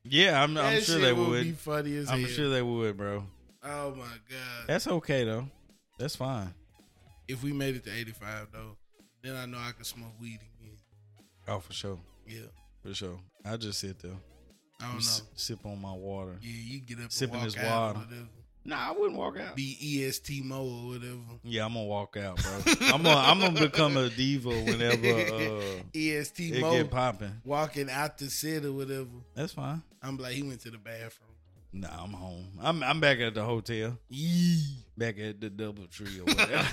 B: Yeah, I'm, I'm
A: That
B: sure
A: shit
B: they
A: would be
B: would.
A: funny as
B: I'm
A: hell.
B: sure they would, bro.
A: Oh my god!
B: That's okay though. That's fine.
A: if we made it to 85 though, then I know I can smoke weed again.
B: Oh, for sure,
A: Yeah,
B: for sure. I just sit there,
A: I don't
B: s-
A: know.
B: sip on my water.
A: Yeah, you get up
B: Sipping
A: and walk
B: this
A: out or
B: water.
A: whatever.
B: Nah, I wouldn't walk out.
A: Be EST mo or whatever.
B: Yeah, I'm gonna walk out, bro. I'm gonna I'm gonna become a diva whenever
A: (laughs)
B: uh,
A: EST
B: it
A: E mo
B: get popping.
A: walking out the city or whatever.
B: That's fine.
A: I'm like he went to the bathroom.
B: Nah, I'm home. I'm I'm back at the hotel,
A: Yee.
B: back at the Double Tree
A: (laughs)
B: or whatever.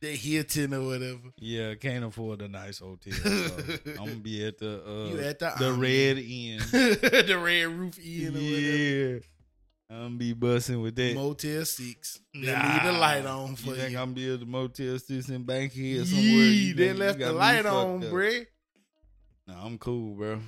A: the Hilton or whatever. (laughs)
B: yeah, can't afford a nice hotel. So I'm gonna be at the uh,
A: You at the
B: the
A: Omni.
B: red
A: (laughs)
B: end.
A: the red roof inn or whatever.
B: yeah, I'm be bussing with that.
A: Motel six. They
B: Nah.
A: leave the light on for
B: you
A: you.
B: think I'm be at the motel six in Bank Hill somewhere?
A: Yee,
B: You
A: they
B: think you
A: left
B: got
A: the
B: me
A: light
B: fucked
A: on,
B: up.
A: bruh.
B: Nah, I'm cool, bro.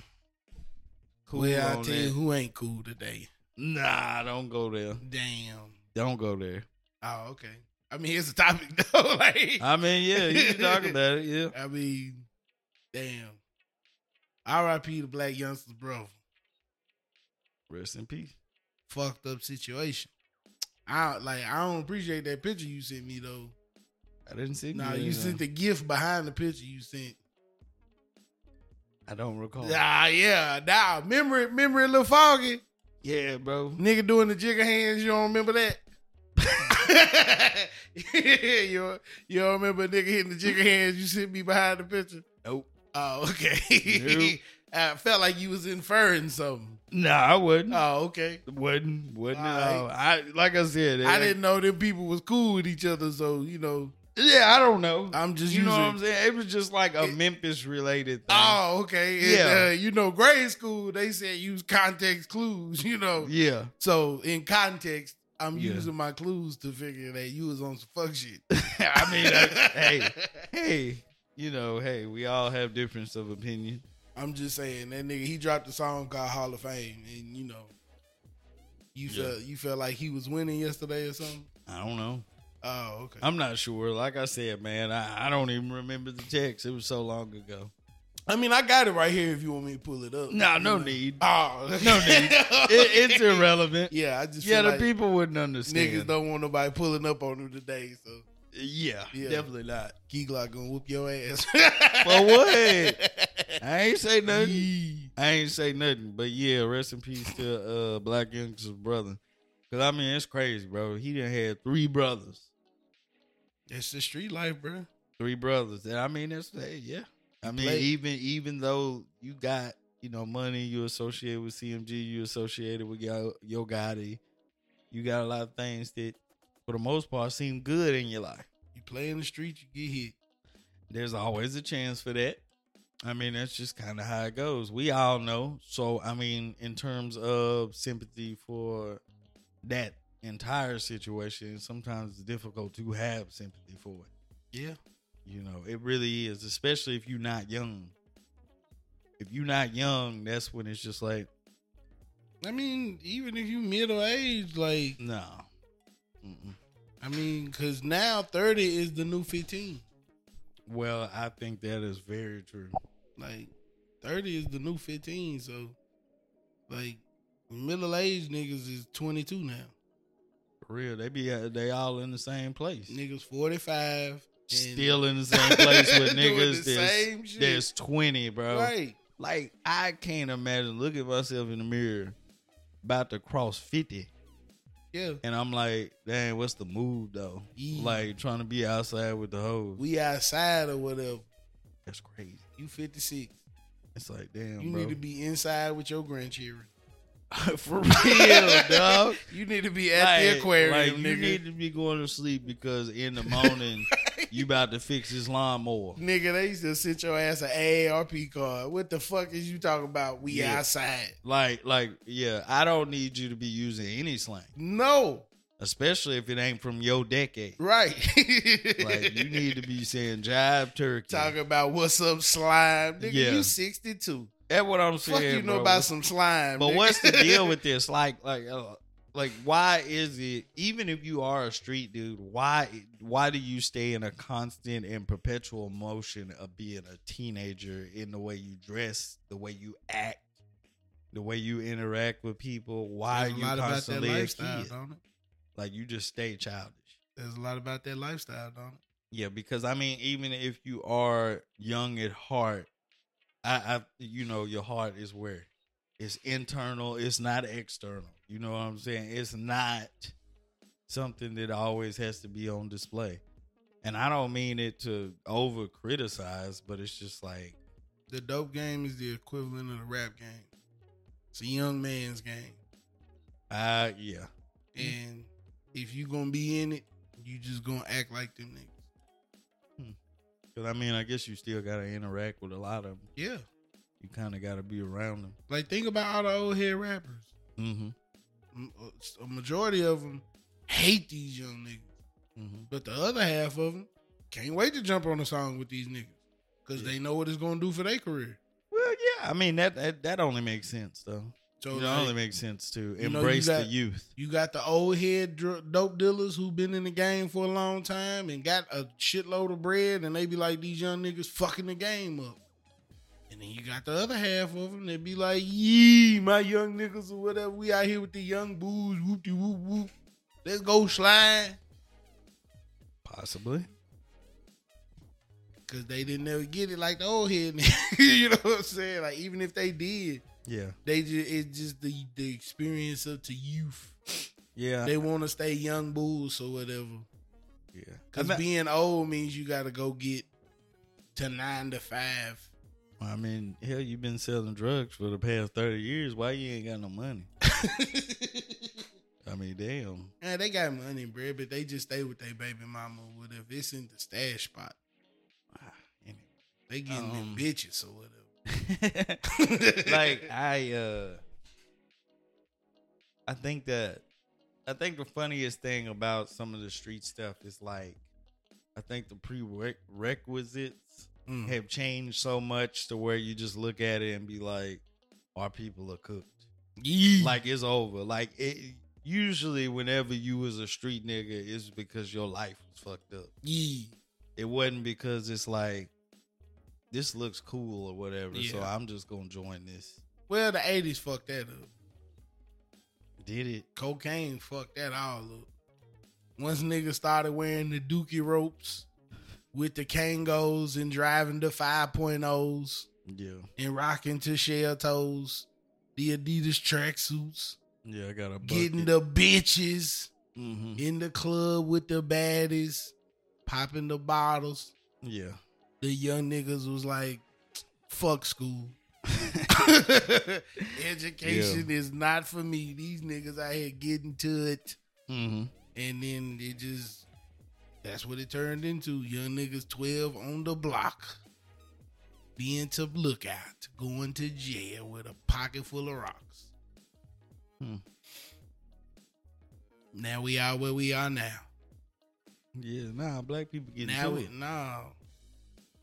B: Cool
A: well, I
B: on
A: tell you
B: that.
A: who ain't cool today.
B: Nah, don't go there.
A: Damn.
B: Don't go there.
A: Oh, okay. I mean, here's the topic (laughs) though. like,
B: I mean, yeah, you
A: (laughs)
B: can talk about it. Yeah,
A: I mean, damn. R.I.P. the black youngsters, bro.
B: rest in peace.
A: Fucked up situation. I like. I don't appreciate that picture you sent me though.
B: I didn't see. uh,
A: Nah, you sent the gift behind the picture you sent.
B: I don't recall.
A: Ah, yeah. Nah, memory, memory, a little foggy.
B: Yeah, bro.
A: Nigga doing the jigger hands, you don't remember that? (laughs) you, don't- you don't remember a nigga hitting the jigger hands you sent me behind the picture?
B: Nope.
A: Oh, okay.
B: Nope.
A: (laughs) I felt like you was inferring something.
B: Nah, I wouldn't.
A: Oh, okay.
B: wouldn't. Wouldn't.
A: All
B: at all. I like I said.
A: I
B: it-
A: didn't know them people was cool with each other, so you know,
B: Yeah, I don't know.
A: I'm just
B: you know
A: using.
B: what I'm saying? It was just like a
A: It-
B: Memphis related thing.
A: Oh, okay. And,
B: Yeah.
A: uh, you know, grade school they said use context clues. (laughs) You know,
B: yeah. (laughs)
A: so in context, I'm
B: Yeah.
A: using my clues to figure that you was on some fuck
B: (laughs)
A: shit.
B: I mean, I,
A: (laughs)
B: hey, hey, you know, hey, we all have difference of opinion.
A: I'm just saying that nigga he dropped a song called Hall of Fame, and you know, you
B: Yeah.
A: felt you felt like he was winning yesterday or something.
B: I don't know.
A: Oh, okay.
B: I'm not sure. Like I said, man, I, I don't even remember the text. It was so long ago.
A: I mean, I got it right here if you want me to pull it up.
B: No,
A: You know.
B: no need.
A: (laughs) Oh, (laughs)
B: No need. It, it's irrelevant.
A: yeah, I just
B: Yeah,
A: feel
B: the
A: like
B: people wouldn't
A: niggas
B: understand.
A: don't want nobody pulling up on them today. So
B: Yeah,
A: Yeah. (laughs)
B: definitely not.
A: Key Glock gonna whoop your ass.
B: (laughs) For
A: (laughs)
B: what? I ain't say nothing.
A: Yee.
B: I ain't say nothing. But yeah, rest in peace to uh Black Youngster's brother. Cause I mean, it's crazy, bro. He done had three brothers,
A: That's the street life, bro.
B: three brothers, and I mean, that's hey, yeah. I mean,
A: played.
B: even even though you got you know money, you associated with CMG, you associated with Yo, Yo Gotti, you got a lot of things that, for the most part, seem good in your life.
A: You play in the street, you get hit.
B: there's always a chance for that. I mean, that's just kind of how it goes. We all know. So, I mean, in terms of sympathy for that entire situation, sometimes it's difficult to have sympathy for it.
A: Yeah.
B: You know, it really is, especially if you're not young. If you're not young, that's when it's just like,
A: I mean, even if you middle age, like
B: no. Mm-mm.
A: I mean, cause now thirty is the new fifteen.
B: Well, I think that is very true.
A: Like thirty is the new fifteen. So, like middle aged niggas is twenty two now.
B: For real, they be uh, they all in the same place.
A: Niggas forty five.
B: Still in the same place with
A: (laughs) Doing
B: niggas
A: the
B: that's
A: same shit.
B: There's 20, bro.
A: right.
B: Like, I can't imagine looking at myself in the mirror about to cross 50.
A: Yeah.
B: And I'm like, dang, what's the move, though?
A: Yeah.
B: Like, trying to be outside with the hoes.
A: We outside or whatever.
B: That's crazy.
A: You fifty six.
B: It's like, damn,
A: You
B: bro. (laughs)
A: need to be inside with your grandchildren. (laughs)
B: For real, dog.
A: You need to be at the aquarium,
B: like, you
A: nigga.
B: need to be going to sleep because in
A: (laughs)
B: the morning, you about to fix this lawnmower.
A: Nigga, they used to sit your ass an ARP card. What the fuck is you talking about? We
B: Yeah.
A: outside.
B: Like, like, yeah, I don't need you to be using any slang,
A: No,
B: especially if it ain't from
A: (laughs)
B: your decade.
A: right.
B: (laughs) Like
A: (laughs)
B: you need to be saying jive turkey.
A: talking about what's up, slime. Nigga,
B: Yeah.
A: you 62.
B: That's what I'm saying.
A: fuck you know
B: bro.
A: about some slime.
B: But
A: nigga.
B: what's
A: (laughs)
B: the deal with this? Like, like, uh, like, why is it? Even if you are a street dude, why, why do you stay in a constant and perpetual motion of being a teenager in the way you dress, the way you act, the way you interact with people? Why
A: There's
B: are
A: a
B: you
A: lot about that
B: constantly a
A: lifestyle,
B: kid?
A: don't it?
B: Like, you just stay childish.
A: There's a lot about that lifestyle, don't it?
B: Yeah, because I mean, even if you are young at heart, I, I you know, your heart is where it's internal, it's not external. You know what I'm saying? It's not something that always has to be on display. And I don't mean it to over criticize, but it's just like,
A: The dope game is the equivalent of the rap game. It's a young man's game.
B: uh, yeah,
A: And if you gonna be in it, you just gonna act like them niggas.
B: because I mean, I guess you still got to interact with a lot of them.
A: Yeah.
B: You kind of got to be around them.
A: Like think about all the old head rappers.
B: Mm-hmm.
A: M- uh, a- A majority of them hate these young niggas,
B: Mm-hmm.
A: but the other half of them can't wait to jump on a song with these niggas because
B: Yeah.
A: they know what it's gonna do for their career.
B: Well, yeah, I mean that that, that only makes sense though.
A: So
B: it
A: like,
B: only makes sense to
A: you know, you
B: embrace the
A: got-
B: youth.
A: you got the old head dr- dope dealers who've been in the game for a long time and got a shitload of bread, and they be like these young niggas fucking the game up. And then you got the other half of them that be like, "Yee, my young niggas or whatever, we out here with the young boos, whoop de whoop whoop, let's go slide."
B: Possibly.
A: Cause they didn't never get it like the old head. (laughs) nigga. you know what I'm saying? Like even if they did,
B: Yeah.
A: they just it's just the the experience of to youth.
B: Yeah.
A: They want to stay young bulls or whatever.
B: yeah.
A: Cause
B: I,
A: being old means you got to go get to nine to
B: (laughs)
A: five.
B: I mean, hell, you've been selling drugs for the past 30 years. Why you ain't got no money? I mean, damn. (laughs)
A: Man, they got money, bro, but they just stay with their baby mama or whatever. It's in the stash
B: (sighs)
A: spot. They getting them
B: Um.
A: bitches or whatever.
B: Anyway. like, I, uh, I think that, I think the funniest thing about some of the street stuff is like, I think the prerequisites
A: Mm.
B: have changed so much to where you just look at it and be like, our people are cooked.
A: Yee.
B: Like it's over. Like it usually whenever you was a street nigga, it's because your life was fucked up.
A: Yee.
B: It wasn't because it's like this looks cool or whatever. So
A: Yeah.
B: I'm just gonna join this.
A: Well, the '80s fucked that up.
B: Did it.
A: Cocaine fucked that all up. Once niggas started wearing the dookie ropes with the Kangos and driving the 5.0s
B: Yeah.
A: and rocking to shell toes, the Adidas tracksuits,
B: Yeah, I got a bucket.
A: getting the bitches
B: Mhm.
A: in the club with the baddies, popping the bottles.
B: Yeah.
A: The young niggas was like, fuck school. Education is not for me. These niggas out here getting to it.
B: (laughs) Mm-hmm.
A: And then it just that's what it turned into. Young niggas 12 on the block. Being to lookout, going to jail with a pocket full of rocks.
B: Hmm.
A: Now we are where we are now.
B: Yeah, nah, black people get
A: now
B: into
A: we
B: it.
A: no.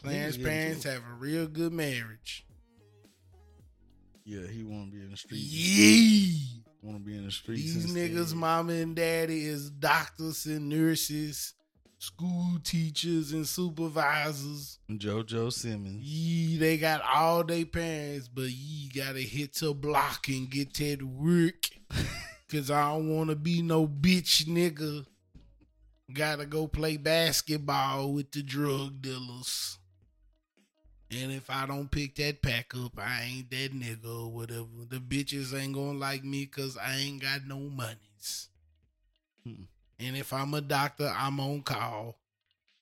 A: Clarence
B: Yeah, yeah,
A: parents
B: yeah.
A: have a real good marriage.
B: Yeah, he wanna be in the streets.
A: Yeah.
B: Wanna be in the streets.
A: These
B: instead.
A: niggas, mama and daddy, is doctors and nurses, school teachers and supervisors.
B: JoJo Simmons.
A: Yee, they got all they parents, but ye gotta hit to block and get that work. Cause I don't wanna be no bitch nigga. Gotta go play basketball with the drug dealers. And if I don't pick that pack up, I ain't that nigga or whatever. The bitches ain't gonna like me cause I ain't got no monies.
B: Hmm.
A: And if I'm a doctor, I'm on call.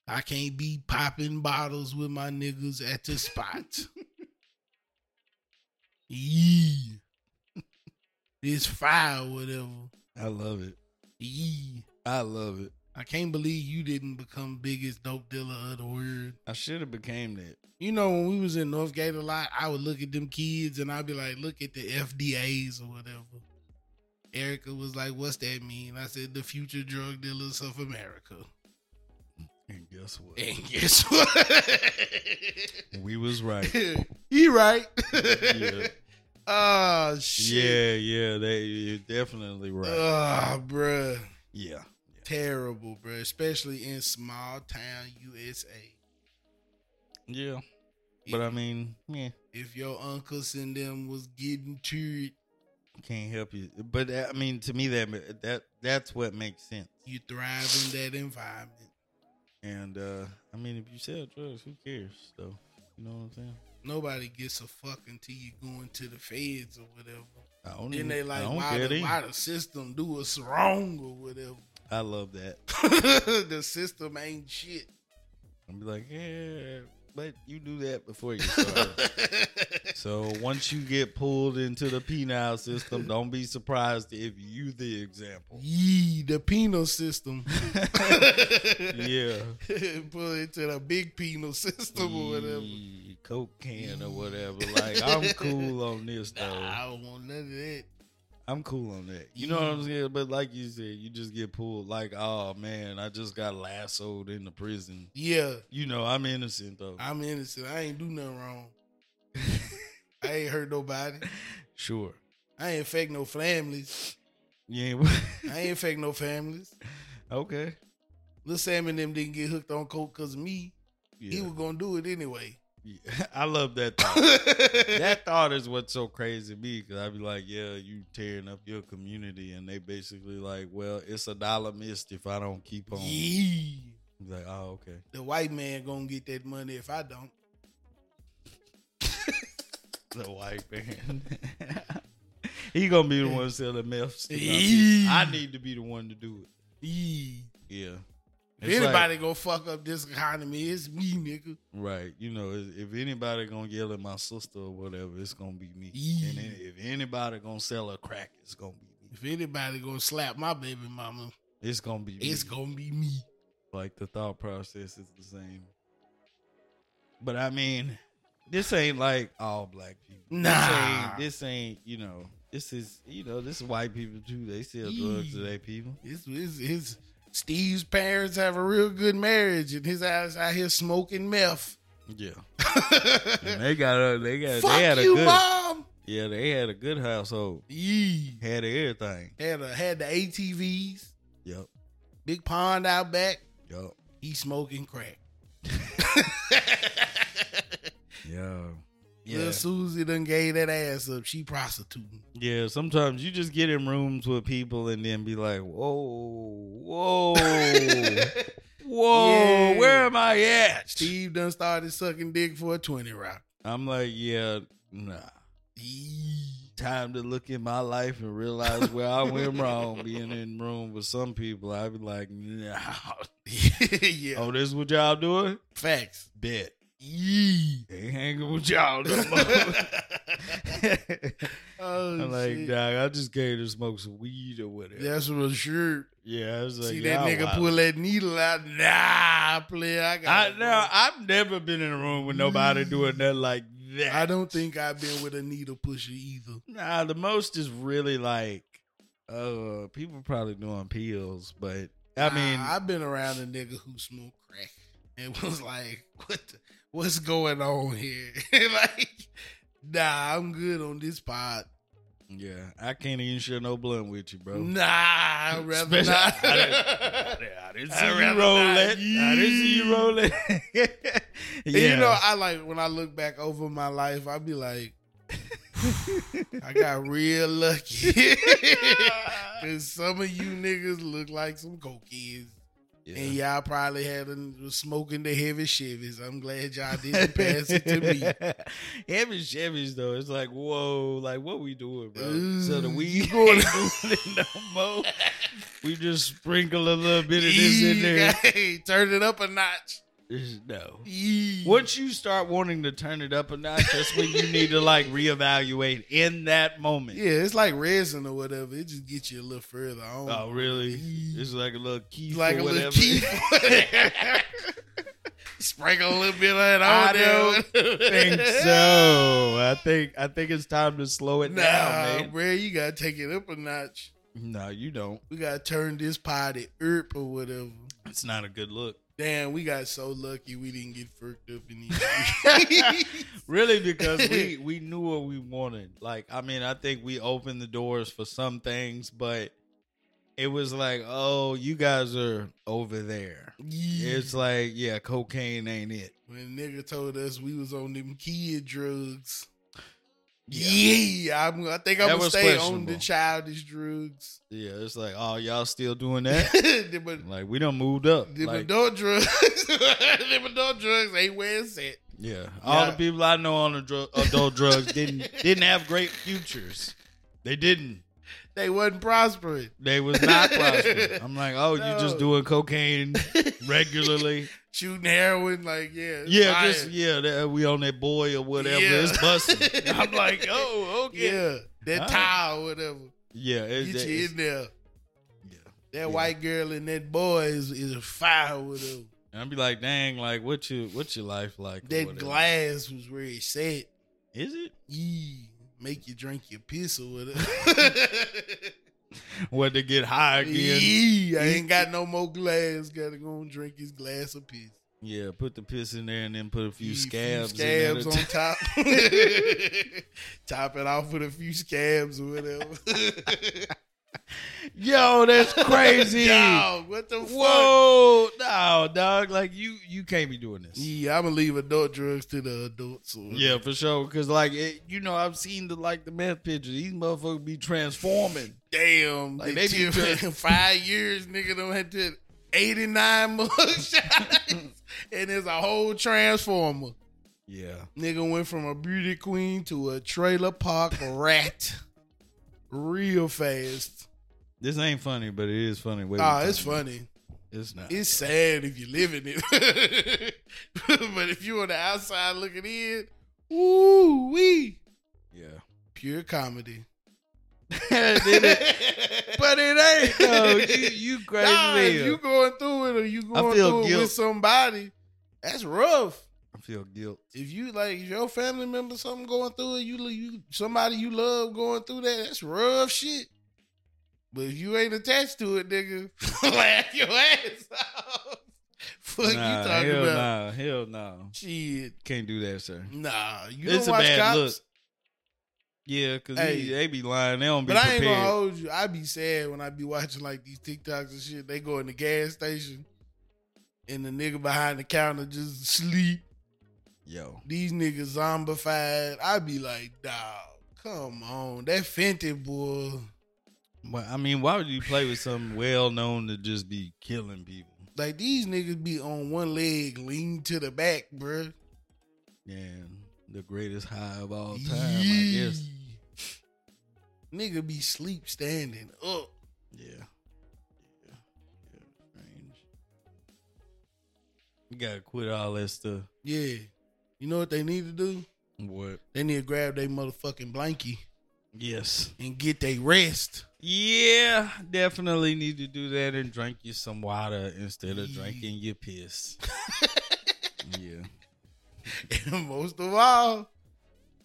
A: I can't be popping bottles with my niggas at the spot. yeah. It's fire, whatever.
B: I love it.
A: Yeah.
B: I love it.
A: I can't believe you didn't become biggest dope dealer of the world.
B: I should have became that.
A: You know, when we was in Northgate a lot, I would look at them kids and I'd be like, look at the FDAs or whatever. Erica was like, what's that mean? I said, the future drug dealers of America.
B: And guess what?
A: And guess what?
B: We was right.
A: he (laughs) right.
B: Yeah.
A: (laughs) Oh shit.
B: yeah, yeah, they you're definitely right.
A: Oh, bruh.
B: yeah.
A: Terrible, bruh. Especially in small town USA.
B: Yeah. But I mean, yeah.
A: If your uncles and them was getting to it,
B: Can't help you. But that- I mean to me that that that's what makes sense.
A: you thrive in that environment.
B: And uh I mean if you sell drugs, who cares? So you know what I'm saying?
A: Nobody gets a fuck until you going to the feds or whatever.
B: I don't
A: Then
B: even-
A: they
B: Mm, I
A: like,
B: don't
A: why
B: care
A: the,
B: either.
A: why the system do us wrong or
B: I love that.
A: whatever? (laughs) the system ain't shit.
B: i will be like, yeah, but you do that before
A: (laughs)
B: you started. so once you get pulled into the penal system, don't be surprised if you the example.
A: Yee, the penal
B: (laughs)
A: system. (laughs)
B: yeah.
A: Put it to the big penal system or whatever.
B: Yee, Coke can or whatever. Like I'm cool on this
A: (laughs)
B: though.
A: Nah, I don't want none of that.
B: I'm cool on that. You know what I'm saying? But like you said, you just get pulled. Like, oh man, I just got lassoed in the prison.
A: Yeah,
B: You know, I'm innocent though.
A: I'm innocent. I ain't do nothing
B: (laughs)
A: wrong. I ain't hurt nobody.
B: sure.
A: I ain't infect no families.
B: Yeah.
A: (laughs) I ain't infect no families.
B: (laughs) okay.
A: Lil Sam and them didn't get hooked on coke because of me. He
B: Yeah.
A: was gonna do it anyway.
B: (laughs) yeah. I love that
A: (laughs)
B: thought. that thought is what's so crazy to me because I'd be like, yeah, you tearing up your community, and they basically like, well, it's a dollar missed if I don't keep on.
A: Yee.
B: Be Like, oh, okay.
A: The white man gonna get that money if I don't.
B: The white man. (laughs) he gonna be the one selling meth. to my
A: Yee.
B: people. I need to be the one to do it.
A: Yee.
B: Yeah.
A: If
B: It's like-
A: anybody gonna fuck up this economy, it's me, nigga.
B: right? You know, if if anybody gonna yell at my sister or whatever, it's gonna be me.
A: Yee.
B: And then if anybody gonna sell a crack, it's gonna be me.
A: If anybody gonna slap my baby mama,
B: It's gonna be.
A: it's
B: me.
A: gonna be me.
B: like the thought process is the same. But I mean, this ain't like all black people. This
A: Nah.
B: ain't, this ain't, you know, this is, you know, this is white people too. They sell
A: Yee.
B: drugs to their people.
A: His, his, his Steve's parents have a real good marriage, and his ass out here smoking meth.
B: Yeah. (laughs) and they got a, they got,
A: Fuck
B: they had
A: you,
B: a good,
A: mom.
B: yeah, they had a good household.
A: Yee.
B: Had everything.
A: Had a, had the ATVs,
B: Yep.
A: big pond out back.
B: Yep.
A: He smoking crack.
B: Yeah.
A: Little Susie done gave that ass up. She prostituting.
B: Yeah, sometimes you just get in rooms with people and then be
A: (laughs)
B: like, whoa, whoa, whoa,
A: Yeah.
B: where am I at?
A: Steve done started sucking dick for a 20 round.
B: I'm like, yeah, nah. Time to look in my life and realize where I went wrong. Being in room with some people, I'd be like,
A: (laughs)
B: nah.
A: (laughs) yeah.
B: Oh, this what y'all doing?
A: Facts.
B: Bet.
A: Yee.
B: Ain't hanging with y'all no more.
A: Oh,
B: (laughs) I'm like,
A: shit.
B: dog, I just came to smoke some weed or whatever. Yeah,
A: That's for sure.
B: I was like,
A: See that
B: y'all
A: nigga
B: wild.
A: pull that needle out. Nah, player. I
B: I
A: got.
B: now I've never been in a room with nobody doing that like that.
A: Mm. I don't think I've been with a needle pusher either.
B: Nah, the most is really like, uh, people probably doing pills, but I
A: Nah,
B: mean,
A: I've been around a nigga who smoked crack and (laughs) was like, "What? The, what's going on here?" (laughs) like, nah, I'm good on this pod.
B: yeah, I can't even share no blunt with you, bro.
A: Nah, I'd rather
B: Especially-
A: not. (laughs)
B: I didn't- I didn't see
A: I'd
B: you
A: rather
B: roll
A: not.
B: that. I didn't see you roll (laughs) that.
A: (laughs) And
B: yeah,
A: You know, I like when I look back over my life, i be like, I got real
B: (laughs)
A: lucky. Cause some of you niggas look like some cokeheads, and
B: Yeah.
A: y'all probably had a, was smoking the heavy shivvies. I'm glad y'all didn't pass it
B: (laughs)
A: to me.
B: Heavy Chevys though, it's like whoa, like what we doing, bro? so the
A: Ooh,
B: weed
A: you
B: ain't
A: going- (laughs)
B: doing it no more. We just sprinkle a little bit of this in
A: (laughs)
B: there.
A: Hey, turn it up a notch.
B: It's- No.
A: Yee.
B: Once you start wanting to turn it up a notch, that's when you need to like reevaluate in that moment.
A: Yeah, it's like resin or whatever. It just gets you a little further on.
B: Oh, really?
A: Yee.
B: It's like a little key.
A: like
B: or
A: a little
B: whatever.
A: key.
B: (laughs)
A: (laughs) Sprinkle a little bit of that
B: I
A: on there.
B: think so. I think I think it's time to slow it
A: Nah,
B: down, man.
A: bruh, you gotta take it up a notch.
B: No, you don't.
A: We gotta turn this pie to erp or whatever.
B: It's not a good look.
A: Damn, we got so lucky we didn't get fucked up
B: (laughs)
A: in these. (laughs)
B: Really, because we we knew what we wanted. Like, I mean, I think we opened the doors for some things, but it was like, oh, you guys are over there. It's like, yeah, cocaine ain't it.
A: when nigga told us we was on them kid drugs.
B: Yeah.
A: Yeah, I'm, I think I'm
B: That
A: gonna
B: was
A: stay on the
B: questionable.
A: childish drugs. (laughs)
B: Yeah, it's like, oh, y'all still doing that?
A: them ad-
B: like, we done moved up.
A: them
B: Like,
A: adult drugs, (laughs) them adult drugs ain't where it's at.
B: yeah, all
A: Yeah.
B: the people I know on the dru- adult drugs didn't didn't have great futures. They didn't.
A: They wasn't prospering.
B: They was not prospering. I'm like, oh, you
A: No.
B: just doing cocaine regularly.
A: Shooting heroin, like yeah, it's
B: Yeah,
A: fire.
B: just yeah, that, we on that boy or whatever.
A: Yeah.
B: It's busting.
A: (laughs)
B: I'm like, oh, okay. Yeah,
A: yeah, that
B: All right.
A: towel, whatever.
B: it,
A: Get
B: that-
A: you
B: it's-
A: in there.
B: yeah.
A: That white girl and that boy is is a fire, whatever.
B: And I'd be like, dang, like what you what your life like? or
A: That
B: whatever.
A: glass was where it's at.
B: Is it?
A: Yee, make you drink your piss or (laughs)
B: (laughs)
A: whatever.
B: What to get high again? Yeah.
A: Yee, I ain't got no more glass. Gotta go and drink his glass of piss.
B: put the piss in there and then put a few
A: Yee,
B: scabs.
A: scabs
B: in
A: on
B: there
A: top.
B: (laughs)
A: top (laughs) it off with a few scabs or whatever.
B: to- (laughs) Yo,
A: (laughs)
B: that's crazy.
A: Dog, what the fuck?
B: Whoa, no, dog, like you you can't be doing this.
A: Yeah, I'm gonna leave adult drugs to the adults. Or
B: Yeah, for sure. Cause like it, you know, I've seen the like the meth pictures. These motherfuckers be transforming.
A: damn.
B: Like,
A: they
B: they
A: (laughs)
B: be
A: took five years, nigga. Don't have to. 89 (laughs) mugshots and it's a whole transformer.
B: Yeah.
A: Nigga went from a beauty queen to a trailer park rat. Real fast.
B: This ain't funny, but it is funny. Wait,
A: Ah, it's funny.
B: It's not.
A: It's sad if you live in it. (laughs) but if you on the outside looking in, woo wee. (laughs)
B: yeah. (laughs)
A: Pure comedy.
B: but it ain't though. You you
A: (laughs)
B: crazy.
A: nah, if
B: as
A: you going through it or you going
B: feel
A: through it
B: guilt.
A: with somebody, that's rough.
B: I feel
A: (laughs)
B: guilt.
A: If you like if your family member something going through it, you lo- you somebody you love going through that, that's rough shit. But if you ain't attached to it, nigga, (laughs) laugh your ass off. Fuck
B: nah,
A: you talking
B: hell
A: about?
B: nah, hell no.
A: Shit,
B: Can't do that, sir.
A: nah. You
B: It's
A: don't
B: a
A: watch
B: bad
A: cops,
B: look. Yeah, cause
A: Hey.
B: they, they be lying. They don't be
A: but I ain't
B: prepared.
A: gonna hold you. I be sad when I be watching like these TikToks and shit. They go in the gas station, and the nigga behind the counter just sleep.
B: Yo.
A: These niggas zombified. I be like, dog, come on. That Fenty boy.
B: But I mean, why would you play with something well known to just be killing people?
A: Like these niggas be on one leg, lean to the back, bruh.
B: Yeah. The greatest high of all time, I guess.
A: Yee. Nigga be sleep standing up.
B: Yeah. Yeah. Yeah. Strange. You gotta quit all that stuff.
A: Yeah. You know what they need to do?
B: What?
A: They need to grab their motherfucking blankie
B: Yes.
A: and get they rest. (laughs)
B: Yeah, definitely need to do that and drink you some water instead of
A: Yee.
B: drinking your piss. (laughs) yeah.
A: And most of all,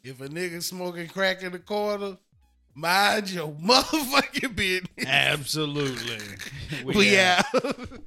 A: if a nigga smoking crack in the corner, (laughs) mind your motherfucking business.
B: (laughs) Absolutely.
A: We, out.